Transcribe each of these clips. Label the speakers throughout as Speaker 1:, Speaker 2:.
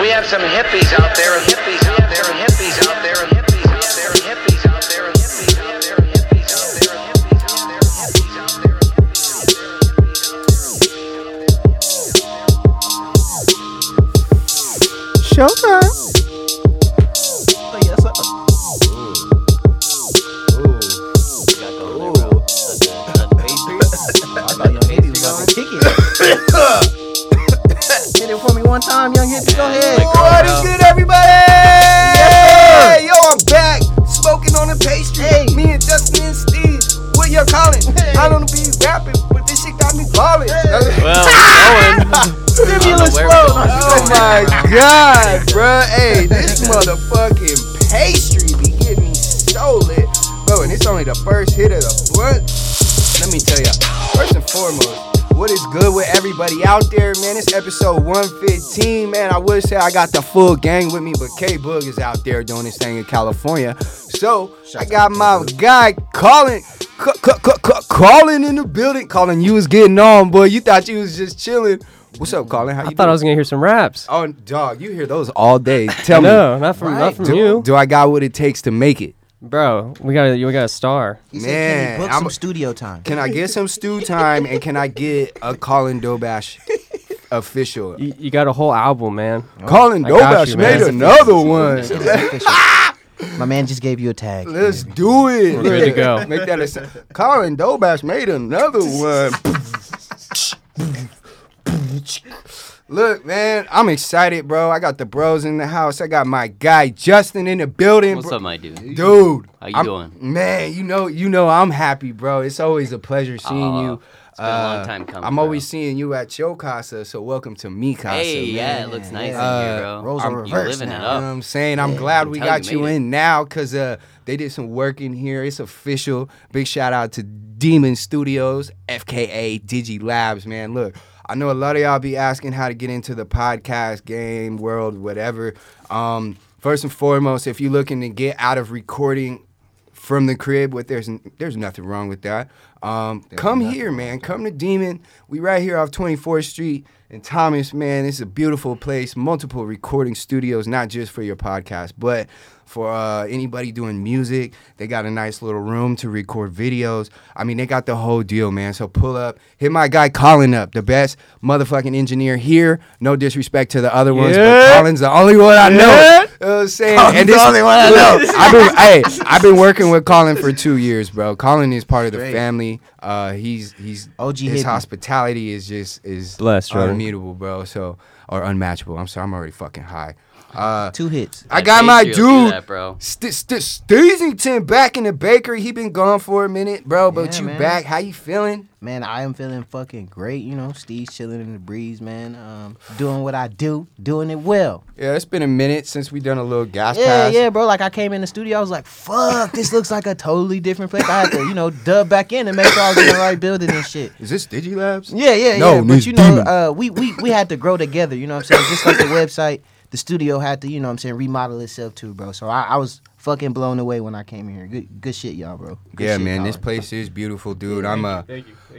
Speaker 1: We have some hippies out there, hippies out there, hippies out there, hippies out there, hippies out there, hippies out there, hippies out there, hippies out there, hippies out there, hippies out there, hippies out there.
Speaker 2: Showtime. Oh, yes, sir. Hit it for me one time, young hippie. Go ahead.
Speaker 3: What is good, everybody?
Speaker 2: Yes, sir.
Speaker 3: Yo, I'm back, smoking on the pastry.
Speaker 2: Hey.
Speaker 3: Me and Justin and Steve, what y'all calling?
Speaker 2: Hey.
Speaker 3: I don't be rapping, but this shit got me balling.
Speaker 4: Well, Owen.
Speaker 3: Stimulus
Speaker 4: where
Speaker 3: flow.
Speaker 4: we going.
Speaker 3: Oh my god, bruh. Hey, this motherfucking pastry be getting me so lit. Bro, and it's only the first hit of the blunt. Let me tell ya, first and foremost, what is good with everybody out there, man? It's episode 115, man. I would say I got the full gang with me, but K Boog is out there doing his thing in California. So I got my guy calling, calling in the building. Calling, you was getting on, boy. You thought you was just chilling. What's up, Colin? How you
Speaker 4: I thought I was gonna hear some raps.
Speaker 3: Oh, dog, you hear those all day. Tell
Speaker 4: No,
Speaker 3: me.
Speaker 4: not from not from
Speaker 3: do,
Speaker 4: you,
Speaker 3: Do I got what it takes to make it?
Speaker 4: bro. We got you. We got a star.
Speaker 2: He
Speaker 3: Man,
Speaker 2: said, can we book
Speaker 3: I'm-
Speaker 2: some studio time?
Speaker 3: Can I get some stew time and can I get a Colin Dobash official?
Speaker 4: You, you got a whole album, man.
Speaker 3: Colin
Speaker 4: I
Speaker 3: Dobash
Speaker 4: got you, man.
Speaker 3: made another one.
Speaker 2: It is official. My man just gave you a tag.
Speaker 3: Let's do it.
Speaker 4: We're good to go.
Speaker 3: Make that a s- Colin Dobash made another one. Look, man, I'm excited, bro. I got the bros in the house. I got my guy Justin in the building.
Speaker 5: What's
Speaker 3: bro.
Speaker 5: up, my dude?
Speaker 3: dude.
Speaker 5: How you
Speaker 3: I'm-
Speaker 5: doing?
Speaker 3: Man, you know, you know, I'm happy, bro. It's always a pleasure seeing
Speaker 5: Aw,
Speaker 3: you.
Speaker 5: Oh,
Speaker 3: Uh,
Speaker 5: it's been a long time coming,
Speaker 3: I'm
Speaker 5: bro.
Speaker 3: always seeing you at your casa, so welcome to me casa.
Speaker 5: Hey,
Speaker 3: man.
Speaker 5: yeah, it looks nice
Speaker 3: yeah.
Speaker 5: in
Speaker 3: Uh,
Speaker 5: here, bro.
Speaker 2: roles are
Speaker 5: You're
Speaker 2: reversed
Speaker 5: living
Speaker 2: now.
Speaker 5: it
Speaker 3: You know what
Speaker 5: up.
Speaker 3: I'm saying? I'm glad we
Speaker 5: Tell you
Speaker 3: got you,
Speaker 5: made it.
Speaker 3: in now because uh, they did some work in here. It's official. Big shout out to Demon Studios, FKA Digi Labs, man. Look, I know a lot of y'all be asking how to get into the podcast game, world, whatever. Um, first and foremost, if you're looking to get out of recording from the crib, what there's there's nothing wrong with that. Um, come here, man. Come to Demon. We right here off 24th Street and Thomas, man. It's a beautiful place. Multiple recording studios, not just for your podcast, but for uh, anybody doing music. They got a nice little room to record videos. I mean, they got the whole deal, man. So pull up, hit my guy Colin up, the best motherfucking engineer here. No disrespect to the other ones, but
Speaker 4: Yeah.
Speaker 3: Colin's the only one I know.
Speaker 4: Yeah.
Speaker 3: You know what I'm saying? and this, I've been, hey, I've been working with Colin for two years, bro. Colin is part of the
Speaker 2: Great.
Speaker 3: family. Uh, he's he's
Speaker 2: OG
Speaker 3: his
Speaker 2: hidden.
Speaker 3: hospitality is just is
Speaker 4: Blessed, brother.
Speaker 3: unmutable, bro. So or unmatchable. I'm sorry, I'm already fucking high. Uh,
Speaker 2: Two hits.
Speaker 3: I got my
Speaker 5: Patriot do
Speaker 3: dude
Speaker 5: that, bro.
Speaker 3: St- St- Steasington back in the bakery. He been gone for a minute, bro. But
Speaker 2: Yeah,
Speaker 3: you
Speaker 2: man.
Speaker 3: back? How you feeling?
Speaker 2: Man, I am feeling fucking great. You know, Steve's chilling in the breeze, man. Um, doing what I do, doing it well.
Speaker 3: Yeah, it's been a minute since we done a little gas
Speaker 2: Yeah,
Speaker 3: pass.
Speaker 2: yeah, bro. Like I came in the studio, I was like, "Fuck, this looks like a totally different place." I had to, you know, dub back in and make sure I was in the right building and shit.
Speaker 3: Is this Digilabs?
Speaker 2: Yeah, yeah,
Speaker 3: No,
Speaker 2: yeah.
Speaker 3: this
Speaker 2: But you know,
Speaker 3: demon.
Speaker 2: uh, we, we we had to grow together. You know what I'm saying? Just like the website, the studio had to, you know what I'm saying, remodel itself too, bro. So I, I was fucking blown away when I came here. Good good shit, y'all, bro. Good
Speaker 3: yeah,
Speaker 2: shit,
Speaker 3: man,
Speaker 2: y'all.
Speaker 3: this place is beautiful, dude. I'm a.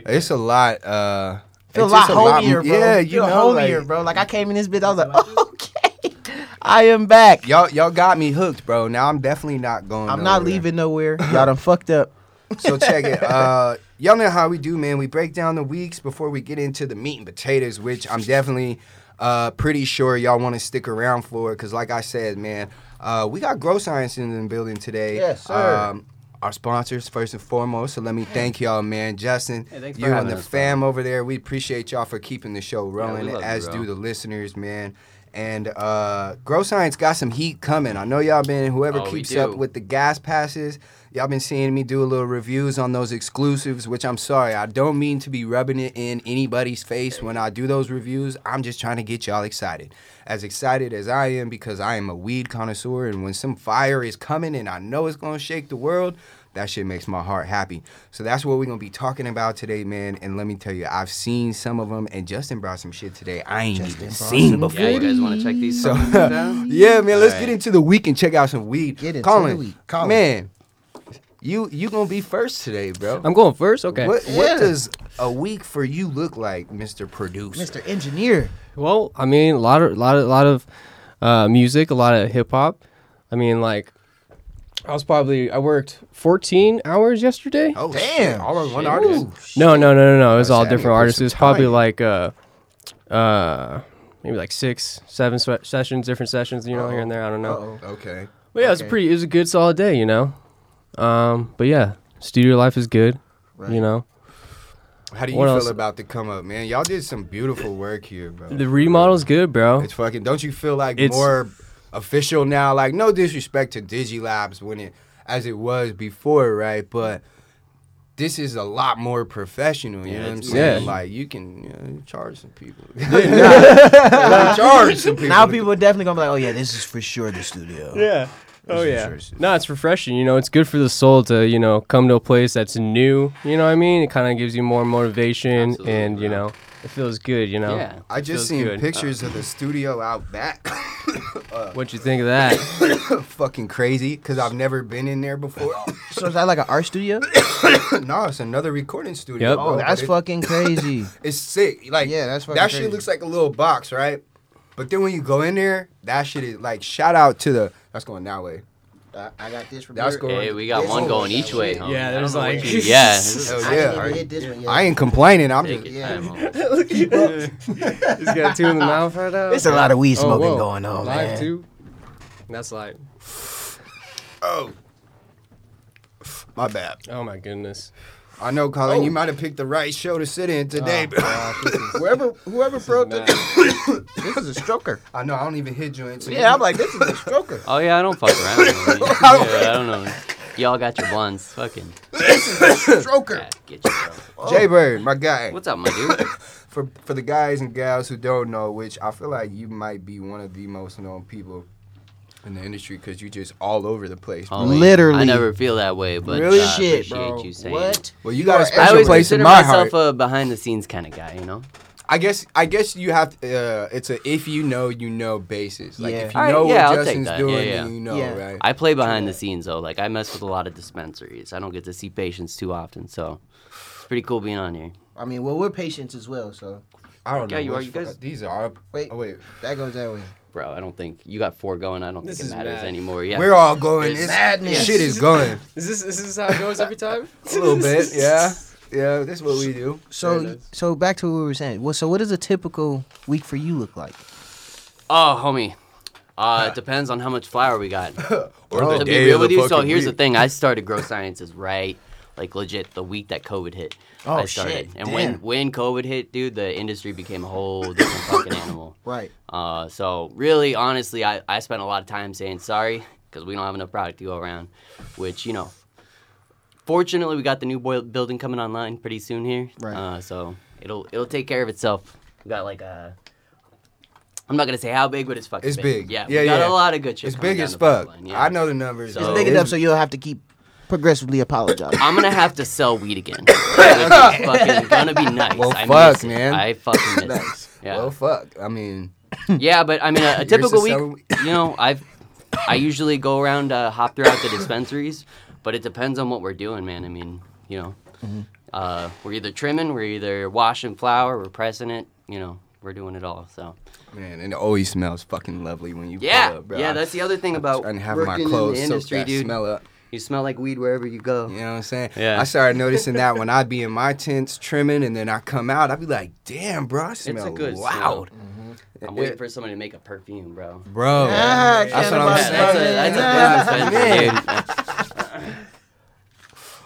Speaker 3: It's a lot. Uh,
Speaker 2: feel a
Speaker 3: it's
Speaker 2: lot
Speaker 3: just
Speaker 2: homier, bro.
Speaker 3: Yeah, you
Speaker 2: feel
Speaker 3: know,
Speaker 2: homier,
Speaker 3: like,
Speaker 2: bro. Like I came in this bitch, I was like, okay, I am back.
Speaker 3: y'all y'all got me hooked, bro. Now I'm definitely not going.
Speaker 2: I'm not
Speaker 3: nowhere.
Speaker 2: leaving nowhere. Y'all done fucked up.
Speaker 3: So check it. Uh, y'all know how we do, man. We break down the weeks before we get into the meat and potatoes, which I'm definitely uh, pretty sure y'all want to stick around for. Because, like I said, man, uh, we got Grow Science in the building today. Um,
Speaker 2: Yes, sir.
Speaker 3: our sponsors, first and foremost. So let me thank y'all, man. Justin,
Speaker 5: Hey, thanks
Speaker 3: you
Speaker 5: for
Speaker 3: and
Speaker 5: having
Speaker 3: the
Speaker 5: us, bro.
Speaker 3: fam over there, we appreciate y'all for keeping the show
Speaker 5: we
Speaker 3: rolling,
Speaker 5: love you,
Speaker 3: as
Speaker 5: bro.
Speaker 3: do the listeners, man. And uh, Grow Science got some heat coming. I know y'all been, whoever
Speaker 5: Oh, we
Speaker 3: keeps up
Speaker 5: do.
Speaker 3: with the gas passes, y'all been seeing me do a little reviews on those exclusives, which I'm sorry, I don't mean to be rubbing it in anybody's face when I do those reviews. I'm just trying to get y'all excited. As excited as I am because I am a weed connoisseur, and when some fire is coming and I know it's gonna shake the world, that shit makes my heart happy. So that's what we're gonna be talking about today, man. And let me tell you, I've seen some of them, and Justin brought some shit today I ain't even seen before.
Speaker 5: Yeah, you guys want to check these?
Speaker 3: So
Speaker 5: fuckers down?
Speaker 3: yeah, man, let's
Speaker 5: All
Speaker 3: get
Speaker 5: right.
Speaker 3: into the week and check out some weed.
Speaker 2: Get into
Speaker 3: Colin,
Speaker 2: the week. Colin.
Speaker 3: man, you you gonna be first today, bro.
Speaker 4: I'm going first. Okay.
Speaker 3: What
Speaker 2: Yeah.
Speaker 3: what does a week for you look like, Mister Producer?
Speaker 2: Mr. Engineer.
Speaker 4: Well, I mean, a lot of, lot of, lot of uh, music, a lot of hip hop. I mean, like, I was probably I worked 14 hours yesterday.
Speaker 3: Oh
Speaker 2: Damn.
Speaker 3: Shit. All right, one artist.
Speaker 4: No, no, no, no, no. It was all
Speaker 3: Savvy
Speaker 4: different artists.
Speaker 3: person.
Speaker 4: It was probably
Speaker 3: Tight.
Speaker 4: like uh, uh, maybe like six, seven swe- sessions, different sessions. You know,
Speaker 3: Oh.
Speaker 4: here and there. I don't know.
Speaker 3: Okay.
Speaker 4: But yeah, it was a pretty. It was a good solid day. You know. Um. But yeah, studio life is good. You know.
Speaker 3: How do you
Speaker 4: What
Speaker 3: feel
Speaker 4: else?
Speaker 3: about the come up, man? Y'all did some beautiful work here, bro.
Speaker 4: The remodel's good, bro.
Speaker 3: It's fucking. Don't you feel like
Speaker 4: It's-
Speaker 3: more official now? Like no disrespect to DigiLabs when it as it was before, right? But this is a lot more professional. You
Speaker 5: Yeah,
Speaker 3: know what I'm
Speaker 5: it's-
Speaker 3: saying?
Speaker 4: Yeah.
Speaker 3: Like you can you know, charge some people. Nah, charge some people.
Speaker 2: Now people are definitely gonna be like, oh yeah, this is for sure the studio.
Speaker 4: Yeah. Oh
Speaker 3: It's
Speaker 4: yeah.
Speaker 3: refreshing.
Speaker 4: No, it's refreshing. You know, it's good for the soul to you know come to a place that's new. You know what I mean? It kind of gives you more motivation,
Speaker 5: Absolutely,
Speaker 4: and you
Speaker 5: bro.
Speaker 4: know, it feels good. You know.
Speaker 5: Yeah.
Speaker 3: I just
Speaker 4: Feels
Speaker 3: seen
Speaker 4: good.
Speaker 3: pictures of the studio out back.
Speaker 4: What you think of that?
Speaker 3: fucking crazy because I've never been in there before.
Speaker 2: So is that like an art studio?
Speaker 3: no, it's another recording studio.
Speaker 4: Yep.
Speaker 3: bro,
Speaker 2: Oh,
Speaker 3: but
Speaker 2: that's
Speaker 3: it-
Speaker 2: fucking crazy.
Speaker 3: It's sick. Like
Speaker 2: Yeah, that's fucking
Speaker 3: that
Speaker 2: crazy.
Speaker 3: shit looks like a little box, right? But then when you go in there, that shit is like shout out to the that's going that way.
Speaker 2: I, I got this from
Speaker 3: That's
Speaker 2: here.
Speaker 3: cool.
Speaker 5: Hey, we got one going each way, homie.
Speaker 4: Yeah,
Speaker 5: Oh, I don't
Speaker 4: there's
Speaker 5: know what
Speaker 4: like-
Speaker 5: you- yeah. this is-
Speaker 3: Hell
Speaker 2: I didn't even
Speaker 3: yeah.
Speaker 2: hit this one yet.
Speaker 3: I ain't complaining. I'm
Speaker 5: Take
Speaker 3: just
Speaker 5: your time, homie.
Speaker 4: He's got two in the mouth right now.
Speaker 2: It's a lot of weed
Speaker 4: Oh,
Speaker 2: smoking
Speaker 4: whoa.
Speaker 2: going on,
Speaker 4: live
Speaker 2: man.
Speaker 4: too. That's live.
Speaker 3: oh. My bad.
Speaker 4: Oh my goodness.
Speaker 3: I know, Colin. You might have picked the right show to sit in
Speaker 2: Oh,
Speaker 3: today. but whoever, whoever broke
Speaker 4: mad.
Speaker 3: the.
Speaker 2: This is a stroker.
Speaker 3: I know. I don't even hit joints.
Speaker 2: Yeah, I'm like, this is a stroker.
Speaker 5: Oh yeah, I don't fuck around. homie. yeah, I don't know. Y'all got your blunts, fucking.
Speaker 3: stroker.
Speaker 5: Yeah, get your bro.
Speaker 3: Jay Bird, my guy.
Speaker 5: What's up, my dude?
Speaker 3: for for the guys and gals who don't know, which I feel like you might be one of the most known people in the industry because you just all over the place. bro.
Speaker 5: Homie,
Speaker 2: Literally.
Speaker 5: I never feel that way, but
Speaker 3: Really?
Speaker 5: I
Speaker 2: Shit,
Speaker 5: appreciate
Speaker 2: bro.
Speaker 5: you saying. it.
Speaker 2: What?
Speaker 3: Well, you got a
Speaker 2: are
Speaker 5: I
Speaker 3: special
Speaker 5: always
Speaker 3: place in
Speaker 5: consider
Speaker 3: my
Speaker 5: myself
Speaker 3: heart.
Speaker 5: a behind the scenes kind of guy, you know.
Speaker 3: I guess I guess you have uh, it's a if you know you know basis. Like
Speaker 2: Yeah.
Speaker 3: if you
Speaker 5: Alright,
Speaker 3: know
Speaker 5: yeah, I'll
Speaker 3: what
Speaker 5: take
Speaker 3: Justin's
Speaker 5: that.
Speaker 3: doing,
Speaker 5: Yeah,
Speaker 3: then
Speaker 5: yeah.
Speaker 3: you know,
Speaker 2: Yeah.
Speaker 3: right?
Speaker 5: I play behind the scenes though. Like I mess with a lot of dispensaries. I don't get to see patients too often, so it's pretty cool being on here.
Speaker 2: I mean, well, we're patients as well, so
Speaker 3: I don't
Speaker 5: Yeah,
Speaker 3: know.
Speaker 5: you are,
Speaker 3: which
Speaker 5: you guys-
Speaker 3: fuck- These are.
Speaker 2: Wait.
Speaker 3: Oh, wait.
Speaker 2: that goes that way.
Speaker 5: Bro, I don't think you got four going. I don't
Speaker 4: This
Speaker 5: think
Speaker 4: is
Speaker 5: it matters
Speaker 4: mad.
Speaker 5: anymore. Yeah.
Speaker 3: We're all going. It's,
Speaker 2: madness.
Speaker 3: Shit is going
Speaker 4: Is this is this how it goes every time?
Speaker 3: a little bit. Yeah. Yeah. That's what we do.
Speaker 2: So, so back to what we were saying. Well, so what does a typical week for you look like?
Speaker 5: Oh, homie. Uh, it depends on how much flour we got.
Speaker 3: Or
Speaker 5: to be real with you, so here's the thing: I started grow sciences right, like legit, the week that COVID hit.
Speaker 2: Oh,
Speaker 5: I started,
Speaker 2: shit,
Speaker 5: and
Speaker 2: damn.
Speaker 5: when when COVID hit, dude, the industry became a whole different fucking animal.
Speaker 2: Right.
Speaker 5: Uh, so really, honestly, I, I spent a lot of time saying sorry because we don't have enough product to go around, which you know. Fortunately, we got the new boil- building coming online pretty soon here.
Speaker 2: Right.
Speaker 5: Uh, so it'll it'll take care of itself. We got like a. I'm not gonna say how big, but it's fucking
Speaker 3: It's
Speaker 5: big.
Speaker 3: big.
Speaker 5: Yeah,
Speaker 3: Yeah,
Speaker 5: we got
Speaker 3: yeah.
Speaker 5: a lot of good shit.
Speaker 3: It's
Speaker 5: coming
Speaker 3: big
Speaker 5: down
Speaker 3: as
Speaker 5: the pipeline,
Speaker 3: fuck.
Speaker 5: yeah.
Speaker 3: I know the numbers.
Speaker 5: It's
Speaker 3: bro.
Speaker 2: Big it up so you'll have to keep progressively apologizing.
Speaker 5: I'm gonna have to sell weed again. It's fucking gonna be nice.
Speaker 3: Well,
Speaker 5: I
Speaker 3: fuck,
Speaker 5: miss it.
Speaker 3: man.
Speaker 5: I fucking miss
Speaker 3: Nice.
Speaker 5: it. Yeah.
Speaker 3: Well, fuck. I mean,
Speaker 5: yeah, but I mean, a, a typical
Speaker 3: just
Speaker 5: week.
Speaker 3: selling weed.
Speaker 5: You know, I've I usually go around uh, hop throughout the dispensaries, but it depends on what we're doing, man. I mean, you know,
Speaker 3: Mm-hmm.
Speaker 5: uh, we're either trimming, we're either washing flour, we're pressing it. You know, we're doing it all. So
Speaker 3: man, and it always smells fucking lovely when you
Speaker 5: yeah,
Speaker 3: pull up, bro.
Speaker 5: yeah. That's the other thing about
Speaker 3: and have my
Speaker 5: working in
Speaker 3: clothes
Speaker 5: the
Speaker 3: soak
Speaker 5: industry,
Speaker 3: that
Speaker 5: dude.
Speaker 3: smell up.
Speaker 5: You smell like weed wherever you go.
Speaker 3: You know what I'm saying?
Speaker 5: Yeah.
Speaker 3: I started noticing that when I'd be in my tents trimming, and then I come out, I'd be like, "Damn, bro, I smell
Speaker 5: good smell. Mm-hmm.
Speaker 3: loud,
Speaker 5: I'm waiting for somebody to make a perfume, bro.
Speaker 3: bro."
Speaker 2: Ah,
Speaker 3: That's what I'm
Speaker 2: cannabis,
Speaker 3: saying.
Speaker 5: Yeah, that's a,
Speaker 2: yeah.
Speaker 5: that's a business venture, dude.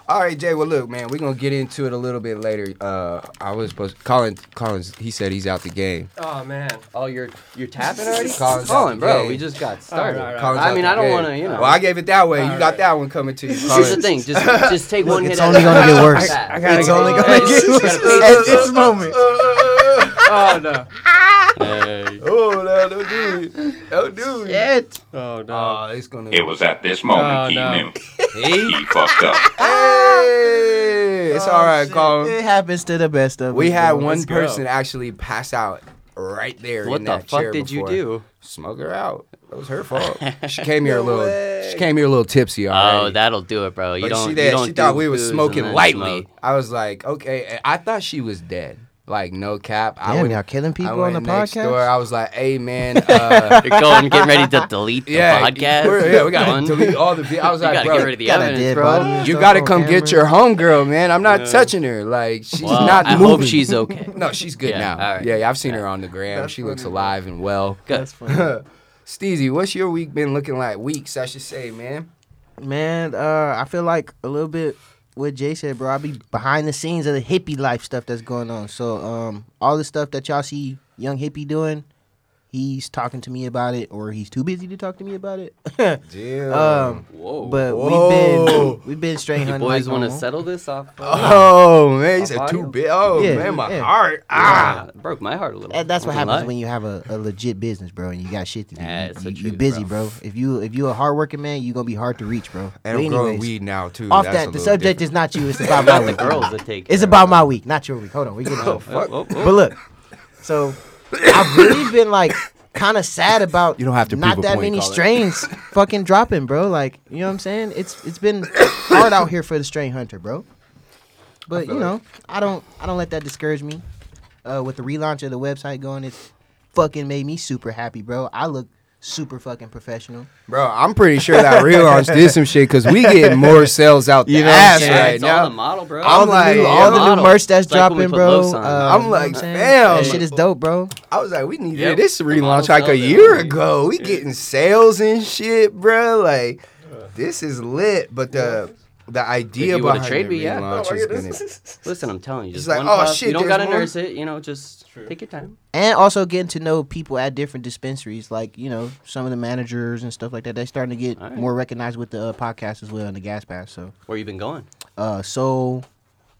Speaker 3: All right, Jay. Well, look, man, we're gonna get into it a little bit later. Uh, I was supposed. Colin, Collins, he said he's out the game.
Speaker 4: Oh man.
Speaker 5: Oh, you're you're tapping already?
Speaker 3: Colin's out
Speaker 5: Colin,
Speaker 3: the
Speaker 5: bro,
Speaker 3: game.
Speaker 5: we just got started.
Speaker 4: right, right.
Speaker 3: Colin's
Speaker 5: I
Speaker 3: out
Speaker 5: mean,
Speaker 3: the
Speaker 5: I don't
Speaker 3: game.
Speaker 5: want to, you know.
Speaker 3: Well, I gave it that way. you got that one coming to you. Collins.
Speaker 5: Here's the thing, just just take one hit.
Speaker 2: it's
Speaker 5: at a
Speaker 2: only gonna
Speaker 5: time.
Speaker 2: get worse.
Speaker 5: Fast.
Speaker 4: I gotta
Speaker 2: it's
Speaker 4: go.
Speaker 2: only
Speaker 4: Only
Speaker 2: gonna get
Speaker 5: just
Speaker 2: worse
Speaker 5: gotta pace
Speaker 2: at this moment.
Speaker 4: Oh no.
Speaker 3: Oh no, don't do it. Don't do it.
Speaker 2: Shit.
Speaker 4: Oh no.
Speaker 3: Oh, it's gonna.
Speaker 6: It was at this moment
Speaker 4: Oh,
Speaker 6: he
Speaker 4: no.
Speaker 6: knew. He fucked up.
Speaker 3: Hey, it's all
Speaker 5: Oh,
Speaker 3: right,
Speaker 2: Oh,
Speaker 3: Colin.
Speaker 2: It happens to the best of us.
Speaker 3: We had
Speaker 2: bro.
Speaker 3: one
Speaker 4: let's go.
Speaker 3: person actually pass out right there.
Speaker 5: What
Speaker 3: in
Speaker 5: the
Speaker 3: that
Speaker 5: fuck
Speaker 3: chair
Speaker 5: did you
Speaker 3: before.
Speaker 5: do?
Speaker 3: Smoke her out. That was her fault. she came here a little. She came here a little tipsy. Already.
Speaker 5: Oh, that'll do it, bro. You
Speaker 3: But
Speaker 5: don't.
Speaker 3: she,
Speaker 5: you
Speaker 3: did,
Speaker 5: don't
Speaker 3: she thought
Speaker 5: do
Speaker 3: we were
Speaker 5: booze and
Speaker 3: smoking
Speaker 5: then
Speaker 3: lightly.
Speaker 5: smoke.
Speaker 3: I was like, okay. and I thought she was dead. Like no cap, I
Speaker 2: Damn,
Speaker 3: went-
Speaker 2: y'all killing people
Speaker 3: I went
Speaker 2: on the
Speaker 3: next
Speaker 2: podcast?
Speaker 3: Door. I was like, "Hey man, uh,
Speaker 5: You're going, getting ready to delete the
Speaker 3: yeah,
Speaker 5: podcast.
Speaker 3: we're- yeah, we gotta
Speaker 5: Done.
Speaker 3: delete all the." vi- I was
Speaker 5: You
Speaker 3: like,
Speaker 5: gotta
Speaker 3: "Bro,
Speaker 5: get rid of the
Speaker 2: got a
Speaker 5: evidence,
Speaker 2: dead
Speaker 5: bro.
Speaker 2: body.
Speaker 3: you
Speaker 2: Stuff
Speaker 3: gotta
Speaker 2: on
Speaker 3: come get
Speaker 2: camera.
Speaker 3: your homegirl, man. I'm not touching her. Like she's
Speaker 5: Well,
Speaker 3: not.
Speaker 5: I
Speaker 3: moving.
Speaker 5: hope she's okay.
Speaker 3: No, she's good
Speaker 5: Yeah,
Speaker 3: now.
Speaker 5: all right.
Speaker 3: Yeah, yeah, I've seen her on the gram. she looks alive and well.
Speaker 5: Good.
Speaker 3: Steezy, what's your week been looking like? Weeks, I should say, man.
Speaker 2: Man, uh, I feel like a little bit what Jay said, bro. I be behind the scenes of the hippie life stuff that's going on. So, um, all the stuff that y'all see young hippie doing, he's talking to me about it, or he's too busy to talk to me about it.
Speaker 3: Damn.
Speaker 2: um,
Speaker 5: Whoa.
Speaker 2: but
Speaker 3: Whoa.
Speaker 2: we've been we've been straight
Speaker 5: you
Speaker 2: hunting.
Speaker 5: boys
Speaker 2: like
Speaker 5: want to
Speaker 2: normal.
Speaker 5: settle this off?
Speaker 3: oh man, you said
Speaker 5: Ohio?
Speaker 3: too big. Oh
Speaker 2: Yeah,
Speaker 3: man, my
Speaker 2: yeah.
Speaker 3: heart. Ah.
Speaker 5: Ah, it broke my heart a little.
Speaker 2: That- that's what
Speaker 5: Don't
Speaker 2: happens
Speaker 5: lie.
Speaker 2: when you have a, a legit business, bro, and you got shit to do.
Speaker 5: Yeah,
Speaker 2: You- you,
Speaker 5: it's the
Speaker 2: you
Speaker 5: truth,
Speaker 2: busy,
Speaker 5: bro.
Speaker 2: bro. If you if you a hardworking man, you gonna be hard to reach, bro.
Speaker 3: And
Speaker 2: But
Speaker 3: I'm growing
Speaker 2: anyways,
Speaker 3: weed now too.
Speaker 2: Off
Speaker 3: That's a
Speaker 2: that, the
Speaker 3: little
Speaker 2: subject
Speaker 3: different.
Speaker 2: is not you. It's about my
Speaker 5: the
Speaker 2: week.
Speaker 5: girls that take.
Speaker 2: It's
Speaker 5: care of
Speaker 2: about
Speaker 5: it.
Speaker 2: my week, not your week. Hold on, we get off.
Speaker 5: Oh, oh, oh.
Speaker 2: But look, so I've really been like kind of sad about
Speaker 3: You don't have to
Speaker 2: not
Speaker 3: prove a
Speaker 2: that
Speaker 3: point,
Speaker 2: many
Speaker 3: call it.
Speaker 2: strains fucking dropping, bro. Like you know what I'm saying? It's it's been hard out here for the strain hunter, bro. But you know, I don't I don't let that discourage me. Uh, with the relaunch of the website going, it's fucking made me super happy, bro. I look super fucking professional.
Speaker 3: Bro, I'm pretty sure that relaunch did some shit because we get more sales out the
Speaker 2: You know what I'm
Speaker 3: ass
Speaker 2: saying?
Speaker 5: Yeah,
Speaker 3: right
Speaker 5: it's all
Speaker 3: now.
Speaker 5: the model, bro.
Speaker 3: I'm
Speaker 2: all
Speaker 3: like,
Speaker 2: the new,
Speaker 3: yeah,
Speaker 2: all the new
Speaker 5: model.
Speaker 2: merch that's
Speaker 5: It's like when we
Speaker 2: dropping,
Speaker 5: put
Speaker 2: bro.
Speaker 5: Los
Speaker 2: Uh,
Speaker 5: on.
Speaker 3: I'm
Speaker 2: you know
Speaker 3: like,
Speaker 2: what saying?
Speaker 3: damn.
Speaker 2: that shit is dope, bro.
Speaker 3: I was like, we need
Speaker 5: Yep.
Speaker 3: this relaunch
Speaker 5: model
Speaker 3: like a
Speaker 5: sells it.
Speaker 3: year ago. We getting sales and shit, bro. Like, this is lit. But the the idea
Speaker 5: If you wanna
Speaker 3: behind
Speaker 5: trade
Speaker 3: the
Speaker 5: me, yeah.
Speaker 3: relaunch is gonna.
Speaker 5: Listen, I'm telling you, just
Speaker 3: like,
Speaker 5: one
Speaker 3: oh,
Speaker 5: puff.
Speaker 3: shit,
Speaker 5: you don't
Speaker 3: there's
Speaker 5: gotta
Speaker 3: more?
Speaker 5: nurse it. You know, just take your time.
Speaker 2: and also getting to know people at different dispensaries, like you know some of the managers and stuff like that. They're starting to get
Speaker 5: Alright.
Speaker 2: more recognized with the uh, podcast as well and the gas pass. So,
Speaker 5: Where you been going?
Speaker 2: uh, so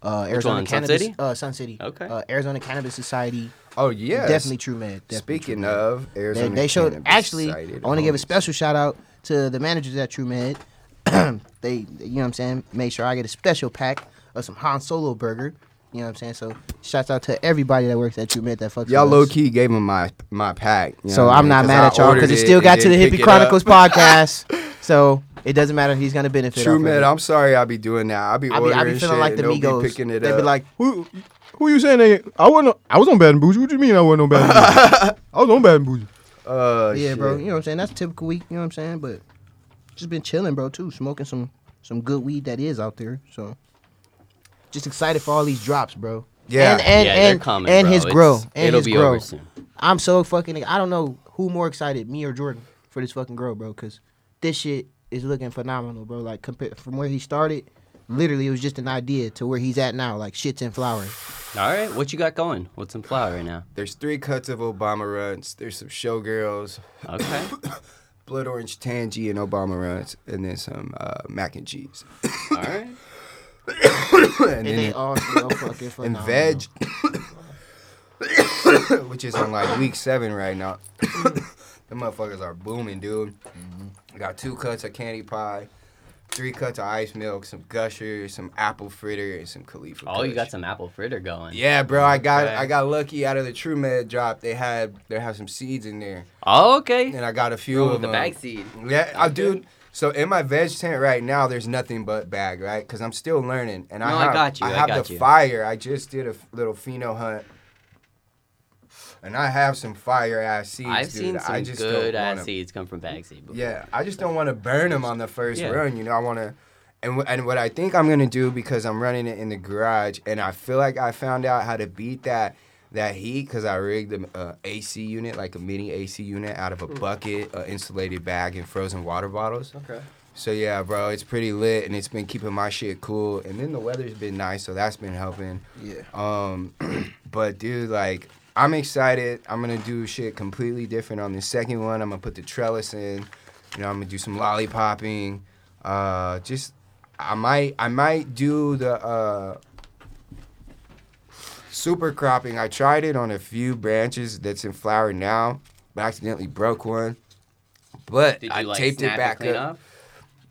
Speaker 2: uh, Arizona
Speaker 5: one? Sun
Speaker 2: Cannabis,
Speaker 5: City?
Speaker 2: Uh, Sun City,
Speaker 5: Okay.
Speaker 2: uh, Arizona Cannabis Society,
Speaker 3: Oh yeah,
Speaker 2: definitely True Med. Definitely
Speaker 3: Speaking
Speaker 2: True Med.
Speaker 3: of
Speaker 2: they,
Speaker 3: Arizona,
Speaker 2: they showed
Speaker 3: Cannabis
Speaker 2: actually.
Speaker 3: Society,
Speaker 2: I want to give a
Speaker 3: homies.
Speaker 2: special shout out to the managers at True Med. they, you know what I'm saying, made sure I get a special pack of some Han Solo burger. You know what I'm saying? So, shouts out to everybody that works at True Med that fucks.
Speaker 3: Y'all
Speaker 2: with
Speaker 3: low
Speaker 2: us.
Speaker 3: key gave him my my pack. you know
Speaker 2: So
Speaker 3: what I
Speaker 2: I'm
Speaker 3: mean?
Speaker 2: not
Speaker 3: 'Cause
Speaker 2: mad
Speaker 3: I
Speaker 2: at y'all
Speaker 3: ordered
Speaker 2: because it still
Speaker 3: and
Speaker 2: got to the
Speaker 3: didn't pick
Speaker 2: Hippie
Speaker 3: it up.
Speaker 2: Chronicles podcast. So it doesn't matter. He's gonna benefit.
Speaker 3: True
Speaker 2: off of
Speaker 3: man,
Speaker 2: it.
Speaker 3: I'm sorry I be doing that. I be
Speaker 2: I be,
Speaker 3: ordering
Speaker 2: I be feeling
Speaker 3: shit
Speaker 2: like the
Speaker 3: and don't
Speaker 2: Migos.
Speaker 3: Be picking it
Speaker 2: they
Speaker 3: up.
Speaker 2: be like,
Speaker 7: Who, who you saying they? I wasn't. I was on Bad and Bougie. What do you mean I wasn't on Bad and Bougie? I was on Bad and Bougie.
Speaker 3: oh,
Speaker 2: yeah,
Speaker 3: shit.
Speaker 2: bro. You know what I'm saying? That's a typical week. You know what I'm saying? But just been chilling, bro. Too smoking some some good weed that is out there. So just excited for all these drops, bro.
Speaker 3: Yeah.
Speaker 2: and and
Speaker 5: yeah,
Speaker 2: and,
Speaker 5: they're coming,
Speaker 2: and
Speaker 5: bro.
Speaker 2: his
Speaker 5: It's-
Speaker 2: grow and
Speaker 5: it'll
Speaker 2: his
Speaker 5: be
Speaker 2: grow.
Speaker 5: over soon.
Speaker 2: I'm so fucking. I don't know who more excited, me or Jordan, for this fucking grow, bro. Cause this shit is looking phenomenal, bro. Like compared from where he started, literally it was just an idea to where he's at now. Like shit's in flower.
Speaker 5: All right, what you got going? What's in flower right now?
Speaker 3: There's three cuts of Obama runs. There's some showgirls,
Speaker 5: Okay.
Speaker 3: blood orange tangy and Obama runs, and then some uh, mac and cheese.
Speaker 5: All right.
Speaker 3: and
Speaker 2: And
Speaker 3: then
Speaker 2: they all smell fucking
Speaker 3: and
Speaker 2: phenomenal.
Speaker 3: veg, which is on like week seven right now. the motherfuckers are booming, dude.
Speaker 5: Mm-hmm.
Speaker 3: I got two cuts of candy pie, three cuts of ice milk, some gushers, some apple fritter, and some Khalifa.
Speaker 5: Oh, you
Speaker 3: Kush.
Speaker 5: got some apple fritter going.
Speaker 3: Yeah, bro. I got
Speaker 5: Okay.
Speaker 3: I got lucky out of the True Med drop. They had they have some seeds in there,
Speaker 5: Oh, okay.
Speaker 3: and I got a few
Speaker 5: Roll
Speaker 3: of
Speaker 5: with the
Speaker 3: them.
Speaker 5: bag seed.
Speaker 3: Yeah, I dude. So in my veg tent right now, there's nothing but bag, right? Because I'm still learning, and I
Speaker 5: No, I
Speaker 3: have,
Speaker 5: got you, I
Speaker 3: have
Speaker 5: got
Speaker 3: the
Speaker 5: you.
Speaker 3: fire. I just did a f- little pheno hunt, and I have some fire ass seeds.
Speaker 5: I've
Speaker 3: dude.
Speaker 5: seen
Speaker 3: I
Speaker 5: some
Speaker 3: just
Speaker 5: good
Speaker 3: don't
Speaker 5: ass
Speaker 3: want to.
Speaker 5: seeds come from bag seed. before.
Speaker 3: Yeah, I just don't want to burn them on the first
Speaker 5: Yeah.
Speaker 3: run. You know, I want to. And, wh- and what I think I'm gonna do because I'm running it in the garage, and I feel like I found out how to beat that that heat because I rigged an uh, AC unit, like a mini AC unit, out of a bucket, an insulated bag, and frozen water bottles.
Speaker 4: Okay.
Speaker 3: So yeah, bro, it's pretty lit, and it's been keeping my shit cool. And then the weather's been nice, so that's been helping.
Speaker 2: Yeah.
Speaker 3: Um, but dude, like, I'm excited. I'm gonna do shit completely different on the second one. I'm gonna put the trellis in. You know, I'm gonna do some lollipopping. Uh, just, I might, I might do the uh, super cropping. I tried it on a few branches that's in flower now, but I accidentally broke one. But
Speaker 5: Did you
Speaker 3: I
Speaker 5: like
Speaker 3: taped
Speaker 5: snap
Speaker 3: it back
Speaker 5: clean
Speaker 3: up.
Speaker 5: up?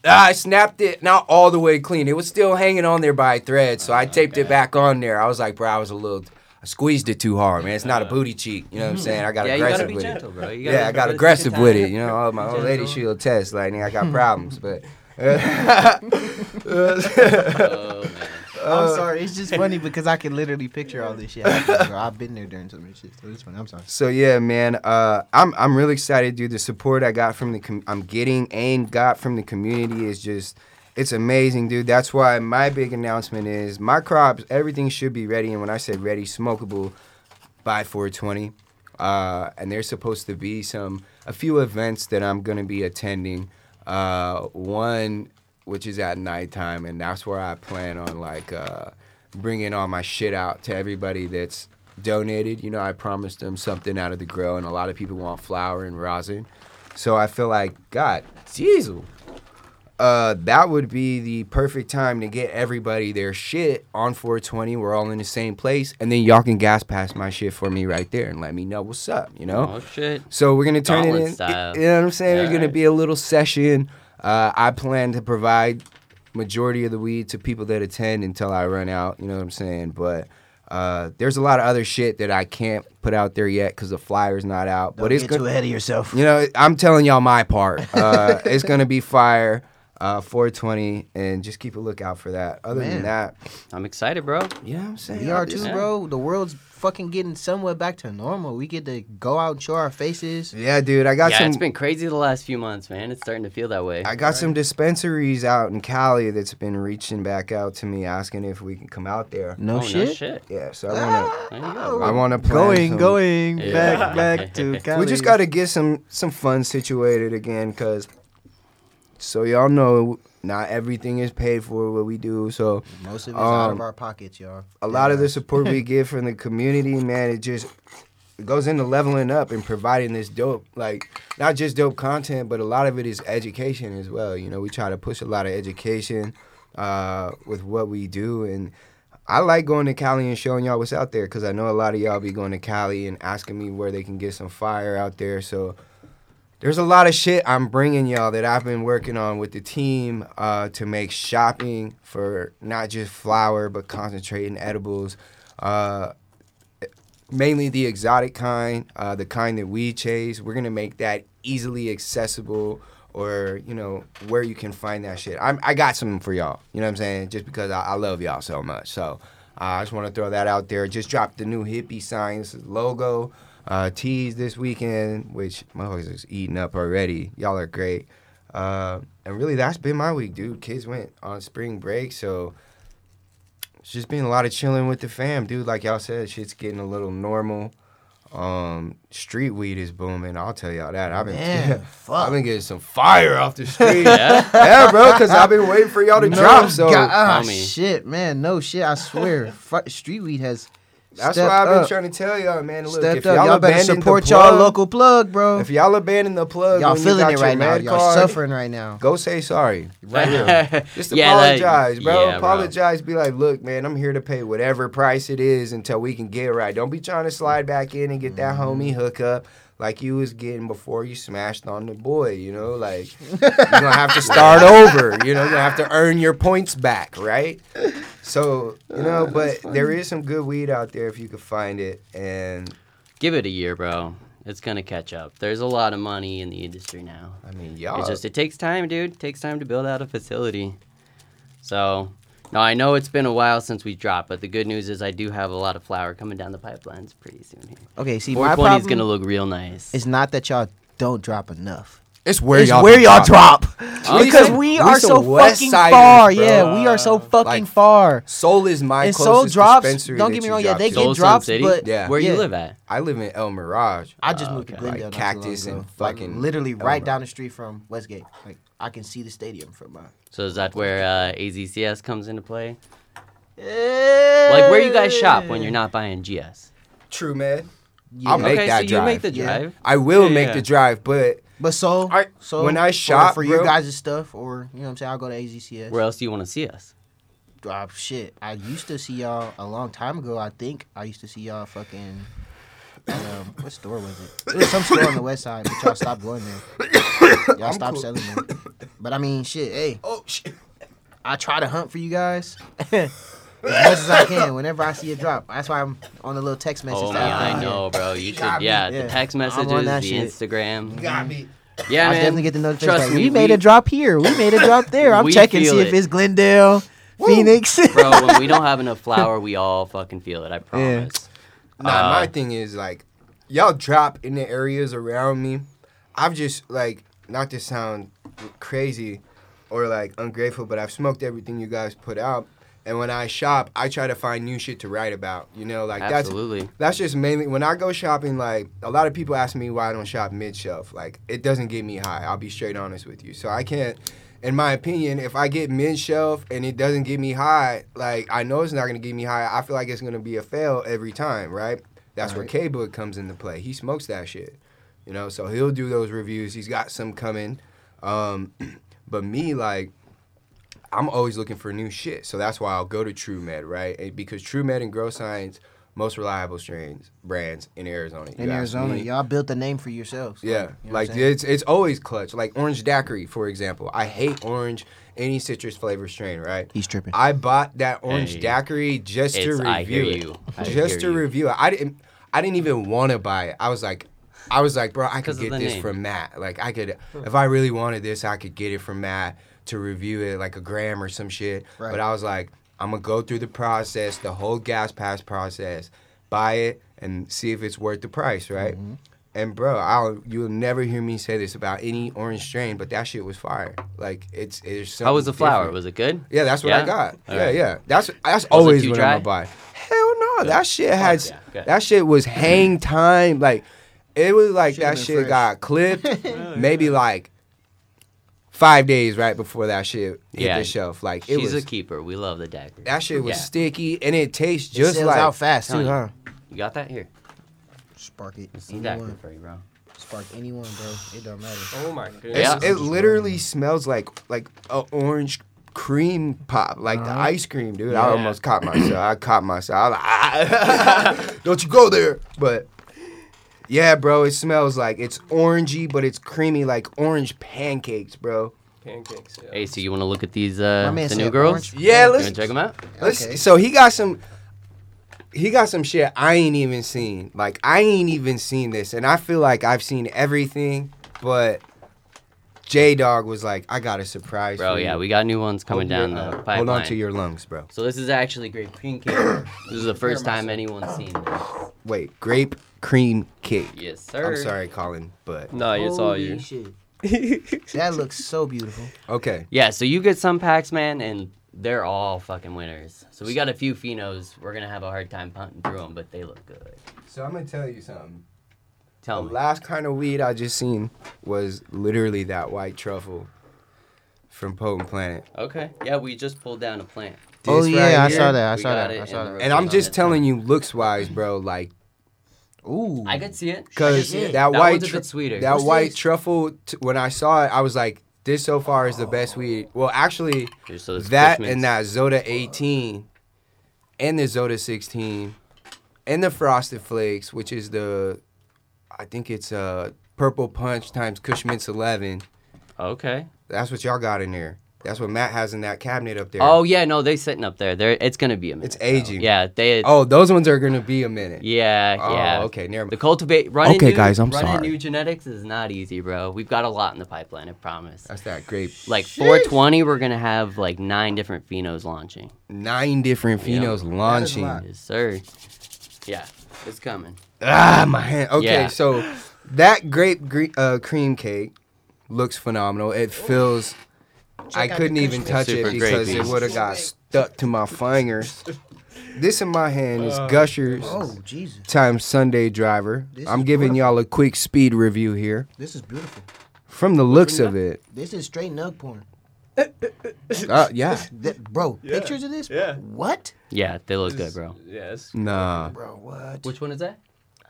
Speaker 3: Ah, I snapped it not all the way clean. It was still hanging on there by a thread, so
Speaker 5: Ah,
Speaker 3: I taped it back on there. I was like, bro, I was a little, I squeezed it too hard, man. It's not a booty cheek, you know what I'm saying? I got
Speaker 5: Mm-hmm. Yeah, you
Speaker 3: aggressive
Speaker 5: gotta be
Speaker 3: with
Speaker 5: gentle,
Speaker 3: it.
Speaker 5: bro. You gotta
Speaker 3: Yeah, I got
Speaker 5: it's
Speaker 3: aggressive
Speaker 5: time.
Speaker 3: with it. You know, oh, my old lady,
Speaker 5: Gentle. Hmm.
Speaker 3: she'll test. Like, nigga, I got problems, but.
Speaker 5: Oh, man.
Speaker 3: uh,
Speaker 2: I'm sorry. It's just funny because I can literally picture all this shit. happening, bro. I've been there during some of this shit, so it's funny. I'm sorry.
Speaker 3: So yeah, man, uh, I'm I'm really excited, dude. The support I got from the com- I'm getting and got from the community is just it's amazing, dude. That's why my big announcement is my crops, everything should be ready. And when I say ready, smokable by 420. Uh, and there's supposed to be some a few events that I'm gonna be attending. Uh, one which is at nighttime, and that's where I plan on like uh, bringing all my shit out to everybody that's donated. You know, I promised them something out of the grill, and a lot of people want flour and rosin. So I feel like God, diesel uh, that would be the perfect time to get everybody their shit on 420. We're all in the same place, and then y'all can gas pass my shit for me right there and let me know what's up. You know.
Speaker 5: Oh shit.
Speaker 3: So we're gonna turn
Speaker 5: Gauntlet
Speaker 3: it in.
Speaker 5: style.
Speaker 3: You know what I'm saying? There's gonna
Speaker 5: Alright.
Speaker 3: be a little session. Uh, I plan to provide majority of the weed to people that attend until I run out. You know what I'm saying? But uh, there's a lot of other shit that I can't put out there yet because the flyer's not out.
Speaker 2: Don't
Speaker 3: but it's
Speaker 2: get
Speaker 3: good.
Speaker 2: too ahead of yourself.
Speaker 3: You know, I'm telling y'all my part. Uh, it's gonna be fire. Uh, 420, and just keep a lookout for that. Other than
Speaker 2: Man.
Speaker 3: that,
Speaker 5: I'm excited, bro.
Speaker 3: you know what I'm saying?
Speaker 2: We
Speaker 3: Y'all
Speaker 2: are
Speaker 3: just-
Speaker 2: too,
Speaker 5: Yeah.
Speaker 2: bro. The world's fucking getting somewhat back to normal. We get to go out and show our faces.
Speaker 3: Yeah, dude, I got
Speaker 5: yeah,
Speaker 3: some.
Speaker 5: it's been crazy the last few months, man. It's starting to feel that way.
Speaker 3: I got some dispensaries out in Cali that's been reaching back out to me asking if we can come out there.
Speaker 2: No
Speaker 5: oh
Speaker 2: shit.
Speaker 5: no shit.
Speaker 3: Yeah, so I wanna,
Speaker 5: There you
Speaker 2: Oh,
Speaker 5: go,
Speaker 3: I
Speaker 5: bro.
Speaker 3: wanna plan
Speaker 2: Going,
Speaker 3: some-
Speaker 2: going
Speaker 5: Yeah.
Speaker 2: back, back to.
Speaker 3: We
Speaker 2: Cali.
Speaker 3: just gotta get some some fun situated again, cause so y'all know not everything is paid for what we do. So
Speaker 2: Most of it's out
Speaker 3: um,
Speaker 2: of our pockets, y'all.
Speaker 3: a lot of the
Speaker 2: this.
Speaker 3: support we get from the community, man, it just it goes into leveling up and providing this dope, like not just dope content, but a lot of it is education as well. You know, we try to push a lot of education uh, with what we do, and I like going to Cali and showing y'all what's out there because I know a lot of y'all be going to Cali and asking me where they can get some fire out there. So there's a lot of shit I'm bringing y'all that I've been working on with the team uh, to make shopping for not just flower but concentrating edibles, uh, mainly the exotic kind, uh, the kind that we chase. We're gonna make that easily accessible, or you know where you can find that shit. I'm, I got something for y'all. You know what I'm saying? Just because I, I love y'all so much, so uh, I just want to throw that out there. Just dropped the new hippie science logo uh, tease this weekend, which motherfuckers is eating up already. Y'all are great. Uh, and really, that's been my week, dude. Kids went on spring break, so it's just been a lot of chilling with the fam, dude. Like y'all said, shit's getting a little normal. Um, street weed is booming. I'll tell y'all that. I've been,
Speaker 2: Man, fuck.
Speaker 3: I've been getting some fire off the street. yeah.
Speaker 5: Yeah.
Speaker 3: bro, because I've been waiting for y'all to drop. So
Speaker 2: God, ah,
Speaker 5: Tell me.
Speaker 2: shit, man. No shit. I swear. Fu- street weed has.
Speaker 3: that's
Speaker 2: stepped
Speaker 3: why I've been
Speaker 2: up.
Speaker 3: trying to tell y'all, man. Look,
Speaker 2: Stepped
Speaker 3: if
Speaker 2: up.
Speaker 3: y'all,
Speaker 2: Y'all, better
Speaker 3: abandon the
Speaker 2: support
Speaker 3: plug-
Speaker 2: y'all local plug, bro.
Speaker 3: If y'all abandon the plug,
Speaker 2: y'all
Speaker 3: when you
Speaker 2: feeling
Speaker 3: got
Speaker 2: it
Speaker 3: your
Speaker 2: right now.
Speaker 3: med
Speaker 2: Y'all
Speaker 3: card,
Speaker 2: suffering right now.
Speaker 3: Go say sorry. Right here. Just
Speaker 5: Yeah, that-
Speaker 3: apologize, bro.
Speaker 5: yeah, bro.
Speaker 3: apologize. Be like, look, man, I'm here to pay whatever price it is until we can get right. Don't be trying to slide back in and get that homie hookup like you was getting before you smashed on the boy, you know? Like, you're going to have to start over. You know, you're going to have to earn your points back, right? So, you know, but there is some good weed out there if you could find it. And
Speaker 5: Give it a year, bro. It's gonna catch up. There's a lot of money in the industry now.
Speaker 3: I mean, y'all.
Speaker 5: It's just it takes time, dude. It takes time to build out a facility. So, no, I know it's been a while since we dropped, but the good news is I do have a lot of flour coming down the pipelines pretty soon. Here.
Speaker 2: Okay, see, my
Speaker 5: 420 is
Speaker 2: problem
Speaker 5: gonna look real nice.
Speaker 2: is not that y'all don't drop enough.
Speaker 3: it's where
Speaker 2: it's where
Speaker 3: been
Speaker 2: y'all
Speaker 3: dropping.
Speaker 2: drop.
Speaker 5: We
Speaker 2: Because
Speaker 5: some-
Speaker 2: we
Speaker 3: we
Speaker 2: are
Speaker 3: some
Speaker 2: so
Speaker 3: West
Speaker 2: fucking
Speaker 3: Siders,
Speaker 2: far.
Speaker 3: bro.
Speaker 2: Yeah, we are so fucking
Speaker 3: like-
Speaker 2: far.
Speaker 3: Soul is my
Speaker 2: And
Speaker 3: closest
Speaker 2: Soul drops-
Speaker 3: dispensary.
Speaker 2: don't
Speaker 3: that
Speaker 2: get me
Speaker 3: you
Speaker 2: wrong, yeah,
Speaker 3: drop
Speaker 2: they
Speaker 3: to.
Speaker 2: get
Speaker 5: Soul Sun
Speaker 2: drops,
Speaker 5: City?
Speaker 2: but-
Speaker 3: Yeah.
Speaker 5: Where
Speaker 2: yeah.
Speaker 5: you live at?
Speaker 3: I live in El Mirage.
Speaker 2: I just moved to
Speaker 5: okay.
Speaker 2: Glendale.
Speaker 3: Like
Speaker 2: not too long
Speaker 3: Cactus
Speaker 2: ago.
Speaker 3: and
Speaker 2: Like,
Speaker 3: fucking
Speaker 2: literally right
Speaker 3: Elmer.
Speaker 2: down the street from Westgate. Like I can see the stadium from my.
Speaker 5: So is that where uh, AZCS comes into play?
Speaker 2: Like
Speaker 5: Like where you guys shop when you're not buying GS?
Speaker 3: True, man.
Speaker 2: Yeah.
Speaker 3: I'll make
Speaker 5: okay,
Speaker 3: that
Speaker 5: so
Speaker 3: drive.
Speaker 5: you make the
Speaker 2: Yeah.
Speaker 5: drive.
Speaker 3: I will
Speaker 5: Yeah,
Speaker 3: make
Speaker 5: yeah.
Speaker 3: the drive, but
Speaker 2: But so,
Speaker 3: I-
Speaker 2: so
Speaker 3: when I
Speaker 2: or
Speaker 3: shop,
Speaker 2: for
Speaker 3: bro-
Speaker 2: your guys' stuff, or you know what I'm saying, I'll go to AZCS.
Speaker 5: Where else do you want to see us?
Speaker 2: Uh, shit, I used to see y'all a long time ago. I think I used to see y'all fucking. Um, what store was it? It was some store on the west side, but y'all stopped going there. Y'all stopped selling there. But I mean, shit. Hey,
Speaker 3: oh shit.
Speaker 2: I try to hunt for you guys as much as I can. Whenever I see a drop, that's why I'm on the little text message.
Speaker 5: Oh
Speaker 2: that
Speaker 5: man,
Speaker 2: throw
Speaker 5: I
Speaker 2: out
Speaker 5: know, bro. You should,
Speaker 3: got me.
Speaker 5: yeah,
Speaker 2: Yeah.
Speaker 5: The text
Speaker 2: I'm on
Speaker 5: messages,
Speaker 2: that
Speaker 5: the
Speaker 2: shit.
Speaker 5: Instagram.
Speaker 3: Got me.
Speaker 5: Yeah,
Speaker 2: I
Speaker 5: man.
Speaker 2: definitely get the notification.
Speaker 5: Trust
Speaker 2: like,
Speaker 5: me,
Speaker 2: we made a drop here. We made a drop there. I'm
Speaker 5: We
Speaker 2: checking to
Speaker 5: feel
Speaker 2: see if
Speaker 5: it.
Speaker 2: it's Glendale. Phoenix.
Speaker 5: Bro, when we don't have enough flour, we all fucking feel it. I promise.
Speaker 3: Nah, my
Speaker 5: Uh,
Speaker 3: thing is like, y'all drop in the areas around me. I've just like, not to sound crazy or like ungrateful, but I've smoked everything you guys put out. And when I shop, I try to find new shit to write about. You know, like
Speaker 5: Absolutely.
Speaker 3: that's that's just mainly when I go shopping. Like a lot of people ask me why I don't shop mid shelf. Like it doesn't get me high. I'll be straight honest with you. So I can't. In my opinion, if I get mid shelf and it doesn't get me high, like I know it's not gonna get me high. I feel like it's gonna be a fail every time, right? That's where K Book comes into play. He smokes that shit, you know. So he'll do those reviews. He's got some coming. Um, but me, like, I'm always looking for new shit. So that's why I'll go to True Med, right? And because True Med and Grow Science, most reliable strains, brands in Arizona. you
Speaker 2: In
Speaker 3: ask
Speaker 2: Arizona,
Speaker 3: me.
Speaker 2: y'all built the name for yourselves.
Speaker 3: Yeah,
Speaker 2: you know what
Speaker 3: like
Speaker 2: I'm saying?
Speaker 3: it's it's always clutch. Like orange daiquiri, for example. I hate orange, any citrus flavor strain, right?
Speaker 2: He's tripping.
Speaker 3: I bought that orange
Speaker 5: Hey.
Speaker 3: daiquiri just to
Speaker 5: It's-
Speaker 3: review
Speaker 5: I hear
Speaker 3: it.
Speaker 5: you. I
Speaker 3: just
Speaker 5: hear
Speaker 3: to
Speaker 5: you.
Speaker 3: review it. I didn't. I didn't even want to buy it. I was like, I was like, bro, I could
Speaker 5: 'Cause of
Speaker 3: get
Speaker 5: the
Speaker 3: this
Speaker 5: name.
Speaker 3: from Matt. Like, I could, if I really wanted this, I could get it from Matt to review it, like a gram or some shit.
Speaker 2: Right.
Speaker 3: But I was like, I'm gonna go through the process, the whole gas pass process, buy it and see if it's worth the price, right? And bro, I'll you'll never hear me say this about any orange strain, but that shit was fire. Like it's it's.
Speaker 5: How was the flour?
Speaker 3: different.
Speaker 5: Was it good?
Speaker 3: Yeah, that's what I
Speaker 5: Yeah?
Speaker 3: got.
Speaker 5: All
Speaker 3: yeah,
Speaker 5: right.
Speaker 3: yeah. That's that's always
Speaker 5: too
Speaker 3: what
Speaker 5: dry?
Speaker 3: I'm gonna buy. Hell no, that shit had
Speaker 5: yeah, good.
Speaker 3: that shit was hang time. Like it was like
Speaker 2: Should've
Speaker 3: that
Speaker 2: been
Speaker 3: shit
Speaker 2: fresh. Oh,
Speaker 3: got clipped maybe like five days right before that shit hit
Speaker 5: Yeah.
Speaker 3: the shelf. Like it
Speaker 5: She's
Speaker 3: was
Speaker 5: a keeper. We love the daiquiri.
Speaker 3: that shit was
Speaker 5: Yeah.
Speaker 3: sticky and it tastes
Speaker 2: It
Speaker 3: just
Speaker 2: sells
Speaker 3: like
Speaker 2: out fast too,
Speaker 5: Telling
Speaker 2: huh?
Speaker 5: You got that here.
Speaker 2: Spark it.
Speaker 5: It's the daiquiri
Speaker 2: Anyone.
Speaker 5: for you, bro.
Speaker 2: Spark anyone, bro. It don't matter.
Speaker 4: Oh my goodness.
Speaker 3: It's-
Speaker 5: Yeah.
Speaker 3: It literally smells like like a orange cream pop, like the ice cream, dude. I almost caught myself. I caught myself. I was like, "Ah, don't you go there. But yeah, bro, it smells like it's orangey, but it's creamy, like orange pancakes, bro.
Speaker 4: Pancakes. Yeah.
Speaker 5: Hey, so you want to look at these uh,
Speaker 2: My man
Speaker 5: the
Speaker 2: said
Speaker 5: new girls?
Speaker 2: orange.
Speaker 3: Yeah,
Speaker 5: You
Speaker 3: let's,
Speaker 5: want to check them out?
Speaker 3: let's
Speaker 2: Okay.
Speaker 3: So he got some. He got some shit I ain't even seen. Like I ain't even seen this, and I feel like I've seen everything, but. J Dog was like, I got a surprise.
Speaker 5: Bro,
Speaker 3: for
Speaker 5: yeah,
Speaker 3: you."
Speaker 5: we got new ones coming
Speaker 3: Hold your-
Speaker 5: down
Speaker 3: uh,
Speaker 5: the pipeline.
Speaker 3: Hold on to your lungs, bro.
Speaker 5: So this is actually grape cream cake. this is the first time anyone's seen this.
Speaker 3: Wait, grape cream cake.
Speaker 5: Yes, sir.
Speaker 3: I'm sorry, Colin, but
Speaker 4: Nah, it's all
Speaker 2: Holy
Speaker 4: you.
Speaker 2: shit. That looks so beautiful.
Speaker 3: okay.
Speaker 5: Yeah, so you get some packs, man, and they're all fucking winners. So we got a few finos. We're gonna have a hard time punting through them, but they look good.
Speaker 3: So I'm gonna tell you something. The
Speaker 5: Tell me.
Speaker 3: last kind of weed I just seen was literally that white truffle from Potent Planet.
Speaker 5: Okay. Yeah, we just pulled down a plant.
Speaker 2: oh
Speaker 3: This
Speaker 2: yeah,
Speaker 3: right
Speaker 2: I saw
Speaker 3: here,
Speaker 2: that. I
Speaker 5: we
Speaker 2: saw
Speaker 5: got
Speaker 2: that.
Speaker 5: it
Speaker 2: I
Speaker 5: in
Speaker 2: saw
Speaker 5: the
Speaker 2: that.
Speaker 3: And I'm just telling you, looks wise, bro. Like,
Speaker 2: Ooh.
Speaker 5: I could see it.
Speaker 3: cause
Speaker 2: Yeah.
Speaker 3: that,
Speaker 5: That
Speaker 3: white
Speaker 5: one's a bit sweeter.
Speaker 3: that
Speaker 5: What's
Speaker 3: white
Speaker 5: this?
Speaker 3: truffle. T- when I saw it, I was like, this so far is the best weed. Well, actually,
Speaker 5: Here's those
Speaker 3: that
Speaker 5: Christmas-
Speaker 3: and that Zoda 18 and the Zoda 16 and the Frosted Flakes, which is the, I think it's uh, Purple Punch times Kush Mints 11.
Speaker 5: Okay.
Speaker 3: That's what y'all got in there. That's what Matt has in that cabinet up there.
Speaker 5: Oh yeah, no, they sitting up there. They're it's gonna be a minute.
Speaker 3: It's aging.
Speaker 5: Yeah, they.
Speaker 3: Oh, those ones are going to be a minute.
Speaker 5: Yeah,
Speaker 3: Oh,
Speaker 5: yeah.
Speaker 3: okay, never
Speaker 5: The
Speaker 3: mind.
Speaker 5: cultivate running.
Speaker 3: Okay,
Speaker 5: new,
Speaker 3: guys, I'm
Speaker 5: running
Speaker 3: sorry.
Speaker 5: new genetics is not easy, bro. We've got a lot in the pipeline. I promise.
Speaker 3: That's that grape.
Speaker 5: Like 420, we're gonna have like nine different phenos launching.
Speaker 3: Nine different phenos launching.
Speaker 5: Yes, sir. Yeah, it's coming.
Speaker 3: Ah, my hand. Okay,
Speaker 5: Yeah.
Speaker 3: so that grape gre- uh, cream cake looks phenomenal. It feels. I
Speaker 2: out
Speaker 3: couldn't
Speaker 2: the
Speaker 3: even touch
Speaker 5: Super
Speaker 3: it because it
Speaker 5: grapey.
Speaker 3: would have got stuck to my fingers. This in my hand is Gushers
Speaker 2: Oh Jesus.
Speaker 3: times Sunday Driver.
Speaker 2: This
Speaker 3: I'm
Speaker 2: is
Speaker 3: giving
Speaker 2: beautiful.
Speaker 3: y'all a quick speed review here.
Speaker 2: This is beautiful.
Speaker 3: From the looks of it,
Speaker 2: This is straight nug porn.
Speaker 3: uh, yeah,
Speaker 2: That, bro, pictures of this?
Speaker 4: Yeah.
Speaker 2: What?
Speaker 5: Yeah, they look good, bro.
Speaker 4: Yes.
Speaker 3: nah,
Speaker 2: Bro, what?
Speaker 5: Which one is that?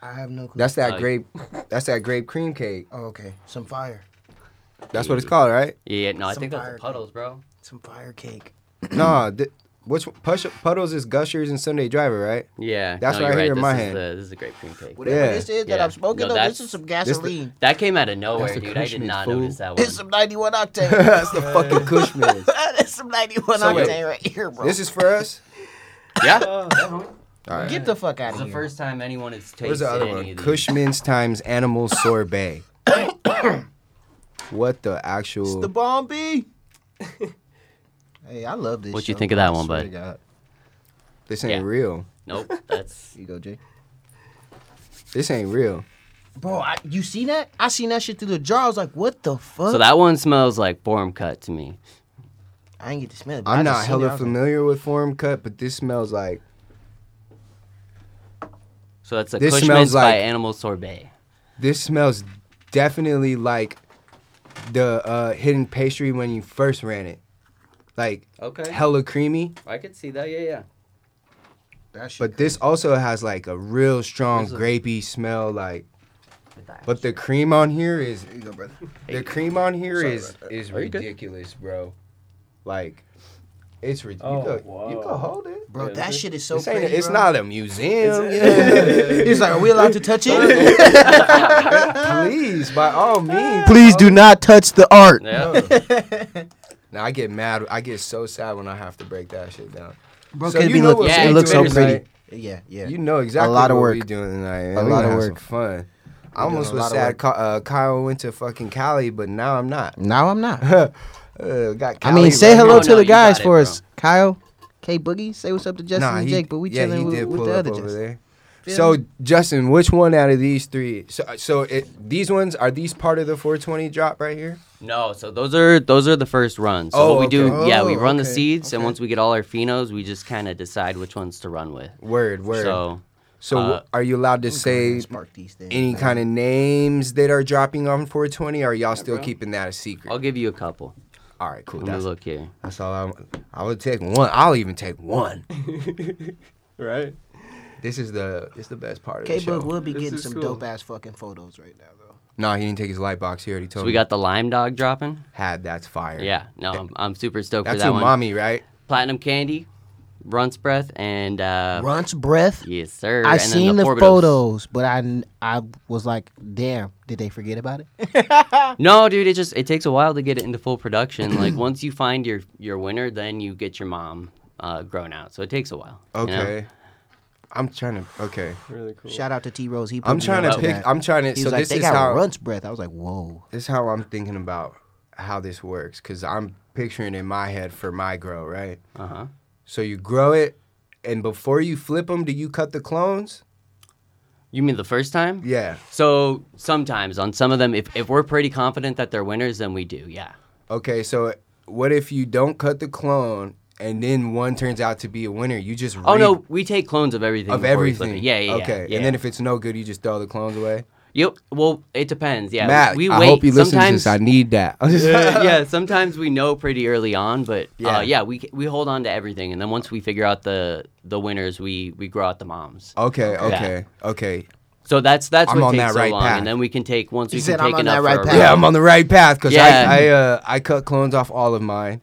Speaker 2: I have no clue.
Speaker 3: that's that
Speaker 5: Like-
Speaker 3: grape, that's that grape cream cake.
Speaker 2: oh, okay. Some fire.
Speaker 3: That's what it's called, right?
Speaker 5: Yeah, no, I
Speaker 2: Some
Speaker 5: think that's
Speaker 2: fire
Speaker 5: the puddles, bro.
Speaker 2: Some fire cake.
Speaker 3: nah, th- which one- Push- puddles is Gushers and Sunday Driver, right?
Speaker 5: Yeah,
Speaker 3: That's
Speaker 5: no,
Speaker 3: right
Speaker 5: you're
Speaker 3: here in
Speaker 5: This
Speaker 3: my
Speaker 5: is
Speaker 3: hand.
Speaker 5: The, this is a grape cream cake.
Speaker 2: Whatever
Speaker 3: Yeah.
Speaker 2: this is that
Speaker 5: Yeah.
Speaker 2: I'm smoking
Speaker 5: No,
Speaker 2: on,
Speaker 5: that's-
Speaker 2: this is some
Speaker 3: the-
Speaker 2: gasoline.
Speaker 5: That came out of
Speaker 3: the
Speaker 5: nowhere, dude. I did
Speaker 3: Christmas
Speaker 5: not
Speaker 3: fool.
Speaker 5: notice that one.
Speaker 2: It's some 91 octane.
Speaker 3: that's the fucking Cushman's.
Speaker 2: That's some 91
Speaker 3: So wait.
Speaker 2: octane right here, bro.
Speaker 3: This is for us.
Speaker 5: yeah,
Speaker 2: Get the fuck out of
Speaker 5: it's the
Speaker 2: here.
Speaker 5: first time anyone has tasted
Speaker 3: Where's the other
Speaker 5: any
Speaker 3: one?
Speaker 5: of these.
Speaker 3: Cushman's times animal sorbet. what the actual?
Speaker 2: It's the bomb B. Hey, I love this.
Speaker 5: What you
Speaker 2: show.
Speaker 5: think of that
Speaker 2: I
Speaker 5: one,
Speaker 2: swear
Speaker 5: bud?
Speaker 2: to God.
Speaker 3: This ain't
Speaker 5: Yeah.
Speaker 3: real.
Speaker 5: Nope. That's
Speaker 2: You go, Jay.
Speaker 3: This ain't real.
Speaker 2: Bro, I, you see that? I seen that shit through the jar. I was like, what the fuck?
Speaker 5: so that one smells like form cut to me.
Speaker 2: I ain't get to smell it. but I
Speaker 3: I'm
Speaker 2: just
Speaker 3: not
Speaker 2: seen it. I
Speaker 3: hella
Speaker 2: was like,
Speaker 3: familiar with form cut, but this smells like
Speaker 5: So that's a
Speaker 3: This
Speaker 5: Cushman's
Speaker 3: smells
Speaker 5: by
Speaker 3: like-
Speaker 5: Animal Sorbet.
Speaker 3: this smells definitely like the uh, hidden pastry when you first ran it. Like
Speaker 5: Okay.
Speaker 3: hella creamy,
Speaker 5: I could see that. Yeah, yeah.
Speaker 2: that shit
Speaker 3: but this also has like a real strong
Speaker 5: There's a-
Speaker 3: grapey smell. Like, but the cream on here is
Speaker 2: crazy. Here you go, brother.
Speaker 3: the cream on here
Speaker 2: Sorry
Speaker 3: is
Speaker 2: about
Speaker 3: is
Speaker 4: Are you good?
Speaker 3: ridiculous, bro. Like, it's
Speaker 4: Oh,
Speaker 3: ridiculous. you, go, you
Speaker 4: wow.
Speaker 3: go hold it.
Speaker 2: Bro,
Speaker 4: Yeah,
Speaker 2: that
Speaker 4: this-
Speaker 2: shit is so
Speaker 3: This ain't
Speaker 2: pretty.
Speaker 3: a- it's
Speaker 2: bro.
Speaker 3: not a museum.
Speaker 2: He's like, are we allowed to touch it?
Speaker 3: yeah. Please, by all means.
Speaker 2: Please do not touch the art.
Speaker 5: Yeah.
Speaker 3: Now I get mad. I get so sad when I have to break that shit down.
Speaker 2: Bro,
Speaker 3: So
Speaker 2: could
Speaker 3: you
Speaker 2: be
Speaker 3: know
Speaker 2: look-
Speaker 3: what
Speaker 5: Yeah,
Speaker 2: it
Speaker 5: we
Speaker 2: looks so
Speaker 5: doing
Speaker 3: tonight.
Speaker 2: pretty. Yeah, yeah.
Speaker 3: You know exactly
Speaker 2: lot of
Speaker 3: what
Speaker 2: work.
Speaker 3: we doing tonight. and
Speaker 2: A
Speaker 3: we
Speaker 2: lot
Speaker 3: gonna have
Speaker 2: of
Speaker 3: some
Speaker 2: work.
Speaker 3: fun. I almost
Speaker 2: a
Speaker 3: was
Speaker 2: lot of
Speaker 3: sad
Speaker 2: work.
Speaker 3: Ky- uh, Kyle went to fucking Cali, but now I'm not.
Speaker 2: now I'm not.
Speaker 3: uh, got
Speaker 2: I
Speaker 3: Cali
Speaker 2: mean, say
Speaker 3: right
Speaker 2: hello
Speaker 5: No,
Speaker 2: to
Speaker 5: no,
Speaker 2: the
Speaker 5: you got
Speaker 2: guys
Speaker 5: it,
Speaker 2: for
Speaker 5: bro.
Speaker 2: us. Kyle, K Boogie, say what's up to
Speaker 3: now.
Speaker 2: Justin
Speaker 3: Nah,
Speaker 2: and
Speaker 3: he-
Speaker 2: Jake, but we
Speaker 3: yeah,
Speaker 2: chilling
Speaker 3: he
Speaker 2: with,
Speaker 3: did
Speaker 2: with
Speaker 3: pull
Speaker 2: the
Speaker 3: up
Speaker 2: other
Speaker 3: over
Speaker 2: Justin.
Speaker 3: there.
Speaker 2: Feel
Speaker 3: So
Speaker 2: me?
Speaker 3: Justin, which one out of these three? So, so it, these ones are these part of the 420 drop right here?
Speaker 5: No, so those are those are the first runs. So
Speaker 3: Oh,
Speaker 5: what we do,
Speaker 3: okay.
Speaker 5: yeah, we
Speaker 3: Oh,
Speaker 5: run the
Speaker 3: okay,
Speaker 5: seeds, and
Speaker 3: okay.
Speaker 5: once we get all our phenos, we just kind of decide which ones to run with.
Speaker 3: Word, word. So,
Speaker 5: So uh,
Speaker 3: wh- are you allowed to say
Speaker 2: spark these things.
Speaker 3: any kind of names that are dropping on 420? Or are y'all still keeping that a secret?
Speaker 5: I'll give you a couple.
Speaker 3: All right, cool.
Speaker 5: Let me
Speaker 3: That's,
Speaker 5: look here.
Speaker 3: that's all I. want. I would take one. I'll even take one.
Speaker 4: Right.
Speaker 3: This is the it's the best part of
Speaker 2: K
Speaker 3: the show.
Speaker 2: Boog will be
Speaker 4: This
Speaker 2: getting
Speaker 4: is
Speaker 2: some
Speaker 4: cool.
Speaker 2: dope ass fucking photos right now though.
Speaker 3: No, he didn't take his light box. He already told
Speaker 5: So
Speaker 3: me.
Speaker 5: we got the lime dog dropping.
Speaker 3: had. That's fire.
Speaker 5: Yeah, no, I'm, I'm super stoked
Speaker 3: That's
Speaker 5: for that
Speaker 3: your
Speaker 5: one.
Speaker 3: mommy, right?
Speaker 5: Platinum candy, runts breath, and uh,
Speaker 2: Runts breath.
Speaker 5: yes, sir.
Speaker 2: I
Speaker 5: and then
Speaker 2: seen the
Speaker 5: Forbidos.
Speaker 2: photos, but I I was like, damn, did they forget about it?
Speaker 5: No, dude, it just it takes a while to get it into full production. like once you find your your winner, then you get your mom uh, grown out. So it takes a while. you know?
Speaker 3: Okay. I'm trying to. Okay.
Speaker 4: Really cool.
Speaker 2: Shout out to T Rose. He put
Speaker 3: I'm
Speaker 2: me
Speaker 3: trying to
Speaker 2: onto
Speaker 3: pick.
Speaker 2: that.
Speaker 3: I'm trying to.
Speaker 2: He
Speaker 3: So
Speaker 2: was like,
Speaker 3: this
Speaker 2: they
Speaker 3: is
Speaker 2: got
Speaker 3: how.
Speaker 2: Runts breath. I was like, whoa.
Speaker 3: This is how I'm thinking about how this works because I'm picturing in my head for my grow, right?
Speaker 5: Uh huh.
Speaker 3: So you grow it, and before you flip them, do you cut the clones?
Speaker 5: You mean the first time?
Speaker 3: Yeah.
Speaker 5: So sometimes on some of them, if, if we're pretty confident that they're winners, then we do. Yeah.
Speaker 3: Okay. So what if you don't cut the clone, and then one turns out to be a winner? You just
Speaker 5: Oh
Speaker 3: re-
Speaker 5: no, we take clones of everything.
Speaker 3: of
Speaker 5: before we flip
Speaker 3: everything.
Speaker 5: it. Yeah, yeah. yeah,
Speaker 3: Okay.
Speaker 5: Yeah.
Speaker 3: And then if it's no good, you just throw the clones away.
Speaker 5: yep. Well, it depends. Yeah.
Speaker 3: Matt,
Speaker 5: we
Speaker 3: I
Speaker 5: wait.
Speaker 3: hope you listen to
Speaker 5: sometimes,
Speaker 3: this. I need that.
Speaker 5: yeah. Sometimes we know pretty early on, but yeah,
Speaker 3: Yeah.
Speaker 5: uh, yeah. We we hold on to everything, and then once we figure out the the winners, we we grow out the moms.
Speaker 3: Okay, okay, okay.
Speaker 5: So that's that's
Speaker 3: Oh, I'm
Speaker 5: what
Speaker 3: on
Speaker 5: takes
Speaker 3: that
Speaker 5: so
Speaker 3: right
Speaker 5: long,
Speaker 3: path.
Speaker 5: and then we can take once
Speaker 2: He
Speaker 5: we
Speaker 2: said,
Speaker 5: can
Speaker 2: "I'm
Speaker 5: take
Speaker 2: on
Speaker 5: enough
Speaker 2: that right
Speaker 5: for a
Speaker 2: path.
Speaker 5: round.
Speaker 3: Yeah, I'm on the right path because
Speaker 5: Yeah.
Speaker 3: I I, uh, I cut clones off all of mine.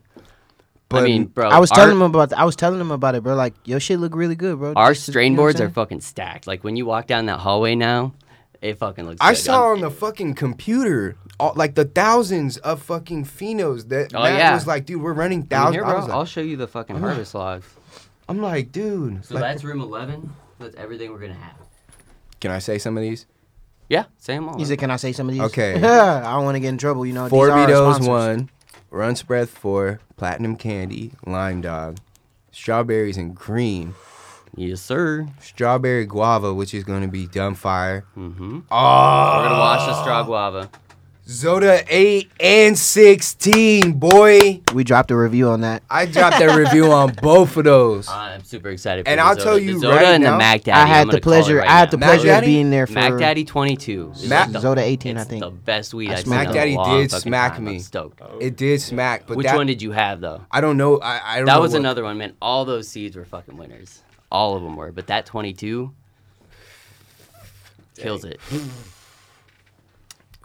Speaker 3: But
Speaker 5: I mean, bro,
Speaker 2: I was
Speaker 3: Oh,
Speaker 5: our-
Speaker 2: telling him about. th- I was telling him about it, bro. Like, your shit look really good, bro.
Speaker 5: our
Speaker 2: Just- you know
Speaker 5: strain
Speaker 2: what I'm
Speaker 5: boards are
Speaker 2: saying?
Speaker 5: fucking stacked. Like when you walk down that hallway now, it fucking looks.
Speaker 3: I
Speaker 5: good.
Speaker 3: saw
Speaker 5: I'm-
Speaker 3: on the fucking computer all, like the thousands of fucking phenos that
Speaker 5: Oh,
Speaker 3: Matt
Speaker 5: yeah.
Speaker 3: was like, dude, we're running
Speaker 5: I mean, here,
Speaker 3: thousands. I
Speaker 5: bro,
Speaker 3: was like,
Speaker 5: I'll show you the fucking harvest logs.
Speaker 3: I'm like, dude,
Speaker 5: So
Speaker 3: like-
Speaker 5: that's room 11. That's everything we're going to have.
Speaker 3: can I say some of these?
Speaker 5: Yeah, same all.
Speaker 2: He said, "Can I say some of these?"
Speaker 3: Okay.
Speaker 2: I don't want to get in trouble. You know,
Speaker 3: Four
Speaker 2: these are our
Speaker 3: Beatos,
Speaker 2: sponsors.
Speaker 3: one. Run Spread, four. Platinum Candy, Lime Dog, Strawberries and Cream,
Speaker 5: yes, sir.
Speaker 3: Strawberry Guava, which is going to be Dumbfire.
Speaker 5: Mm-hmm. We're
Speaker 3: Oh,
Speaker 5: going to wash the straw guava.
Speaker 3: Zoda 8 and 16, boy.
Speaker 2: We dropped a review on that.
Speaker 3: I dropped that review on both of those.
Speaker 5: I'm super excited for
Speaker 3: And
Speaker 5: the
Speaker 3: I'll
Speaker 5: Zoda.
Speaker 3: tell
Speaker 5: The
Speaker 3: you
Speaker 5: Zoda
Speaker 3: right
Speaker 5: and
Speaker 3: now,
Speaker 5: the Mac Daddy.
Speaker 2: I
Speaker 5: I'm
Speaker 2: had
Speaker 5: gonna
Speaker 2: the
Speaker 5: call it
Speaker 2: pleasure.
Speaker 5: right
Speaker 2: I had
Speaker 5: now.
Speaker 2: the pleasure
Speaker 3: Daddy?
Speaker 2: of being there for
Speaker 5: Mac Daddy 22. is
Speaker 3: Mac-
Speaker 5: the-
Speaker 2: Zoda 18, I
Speaker 5: it's
Speaker 2: think.
Speaker 5: the best weed
Speaker 2: I
Speaker 5: I've seen
Speaker 2: smacked
Speaker 5: in
Speaker 3: Daddy
Speaker 5: a long
Speaker 3: did
Speaker 5: fucking
Speaker 3: smack
Speaker 5: time.
Speaker 3: me.
Speaker 5: I'm stoked.
Speaker 3: It did smack, but
Speaker 5: Which
Speaker 3: that,
Speaker 5: one did you have, though?
Speaker 3: I don't know. I, I don't know.
Speaker 5: That was
Speaker 3: what-
Speaker 5: another one, man. All those seeds were fucking winners. All of them were. But that 22 kills it.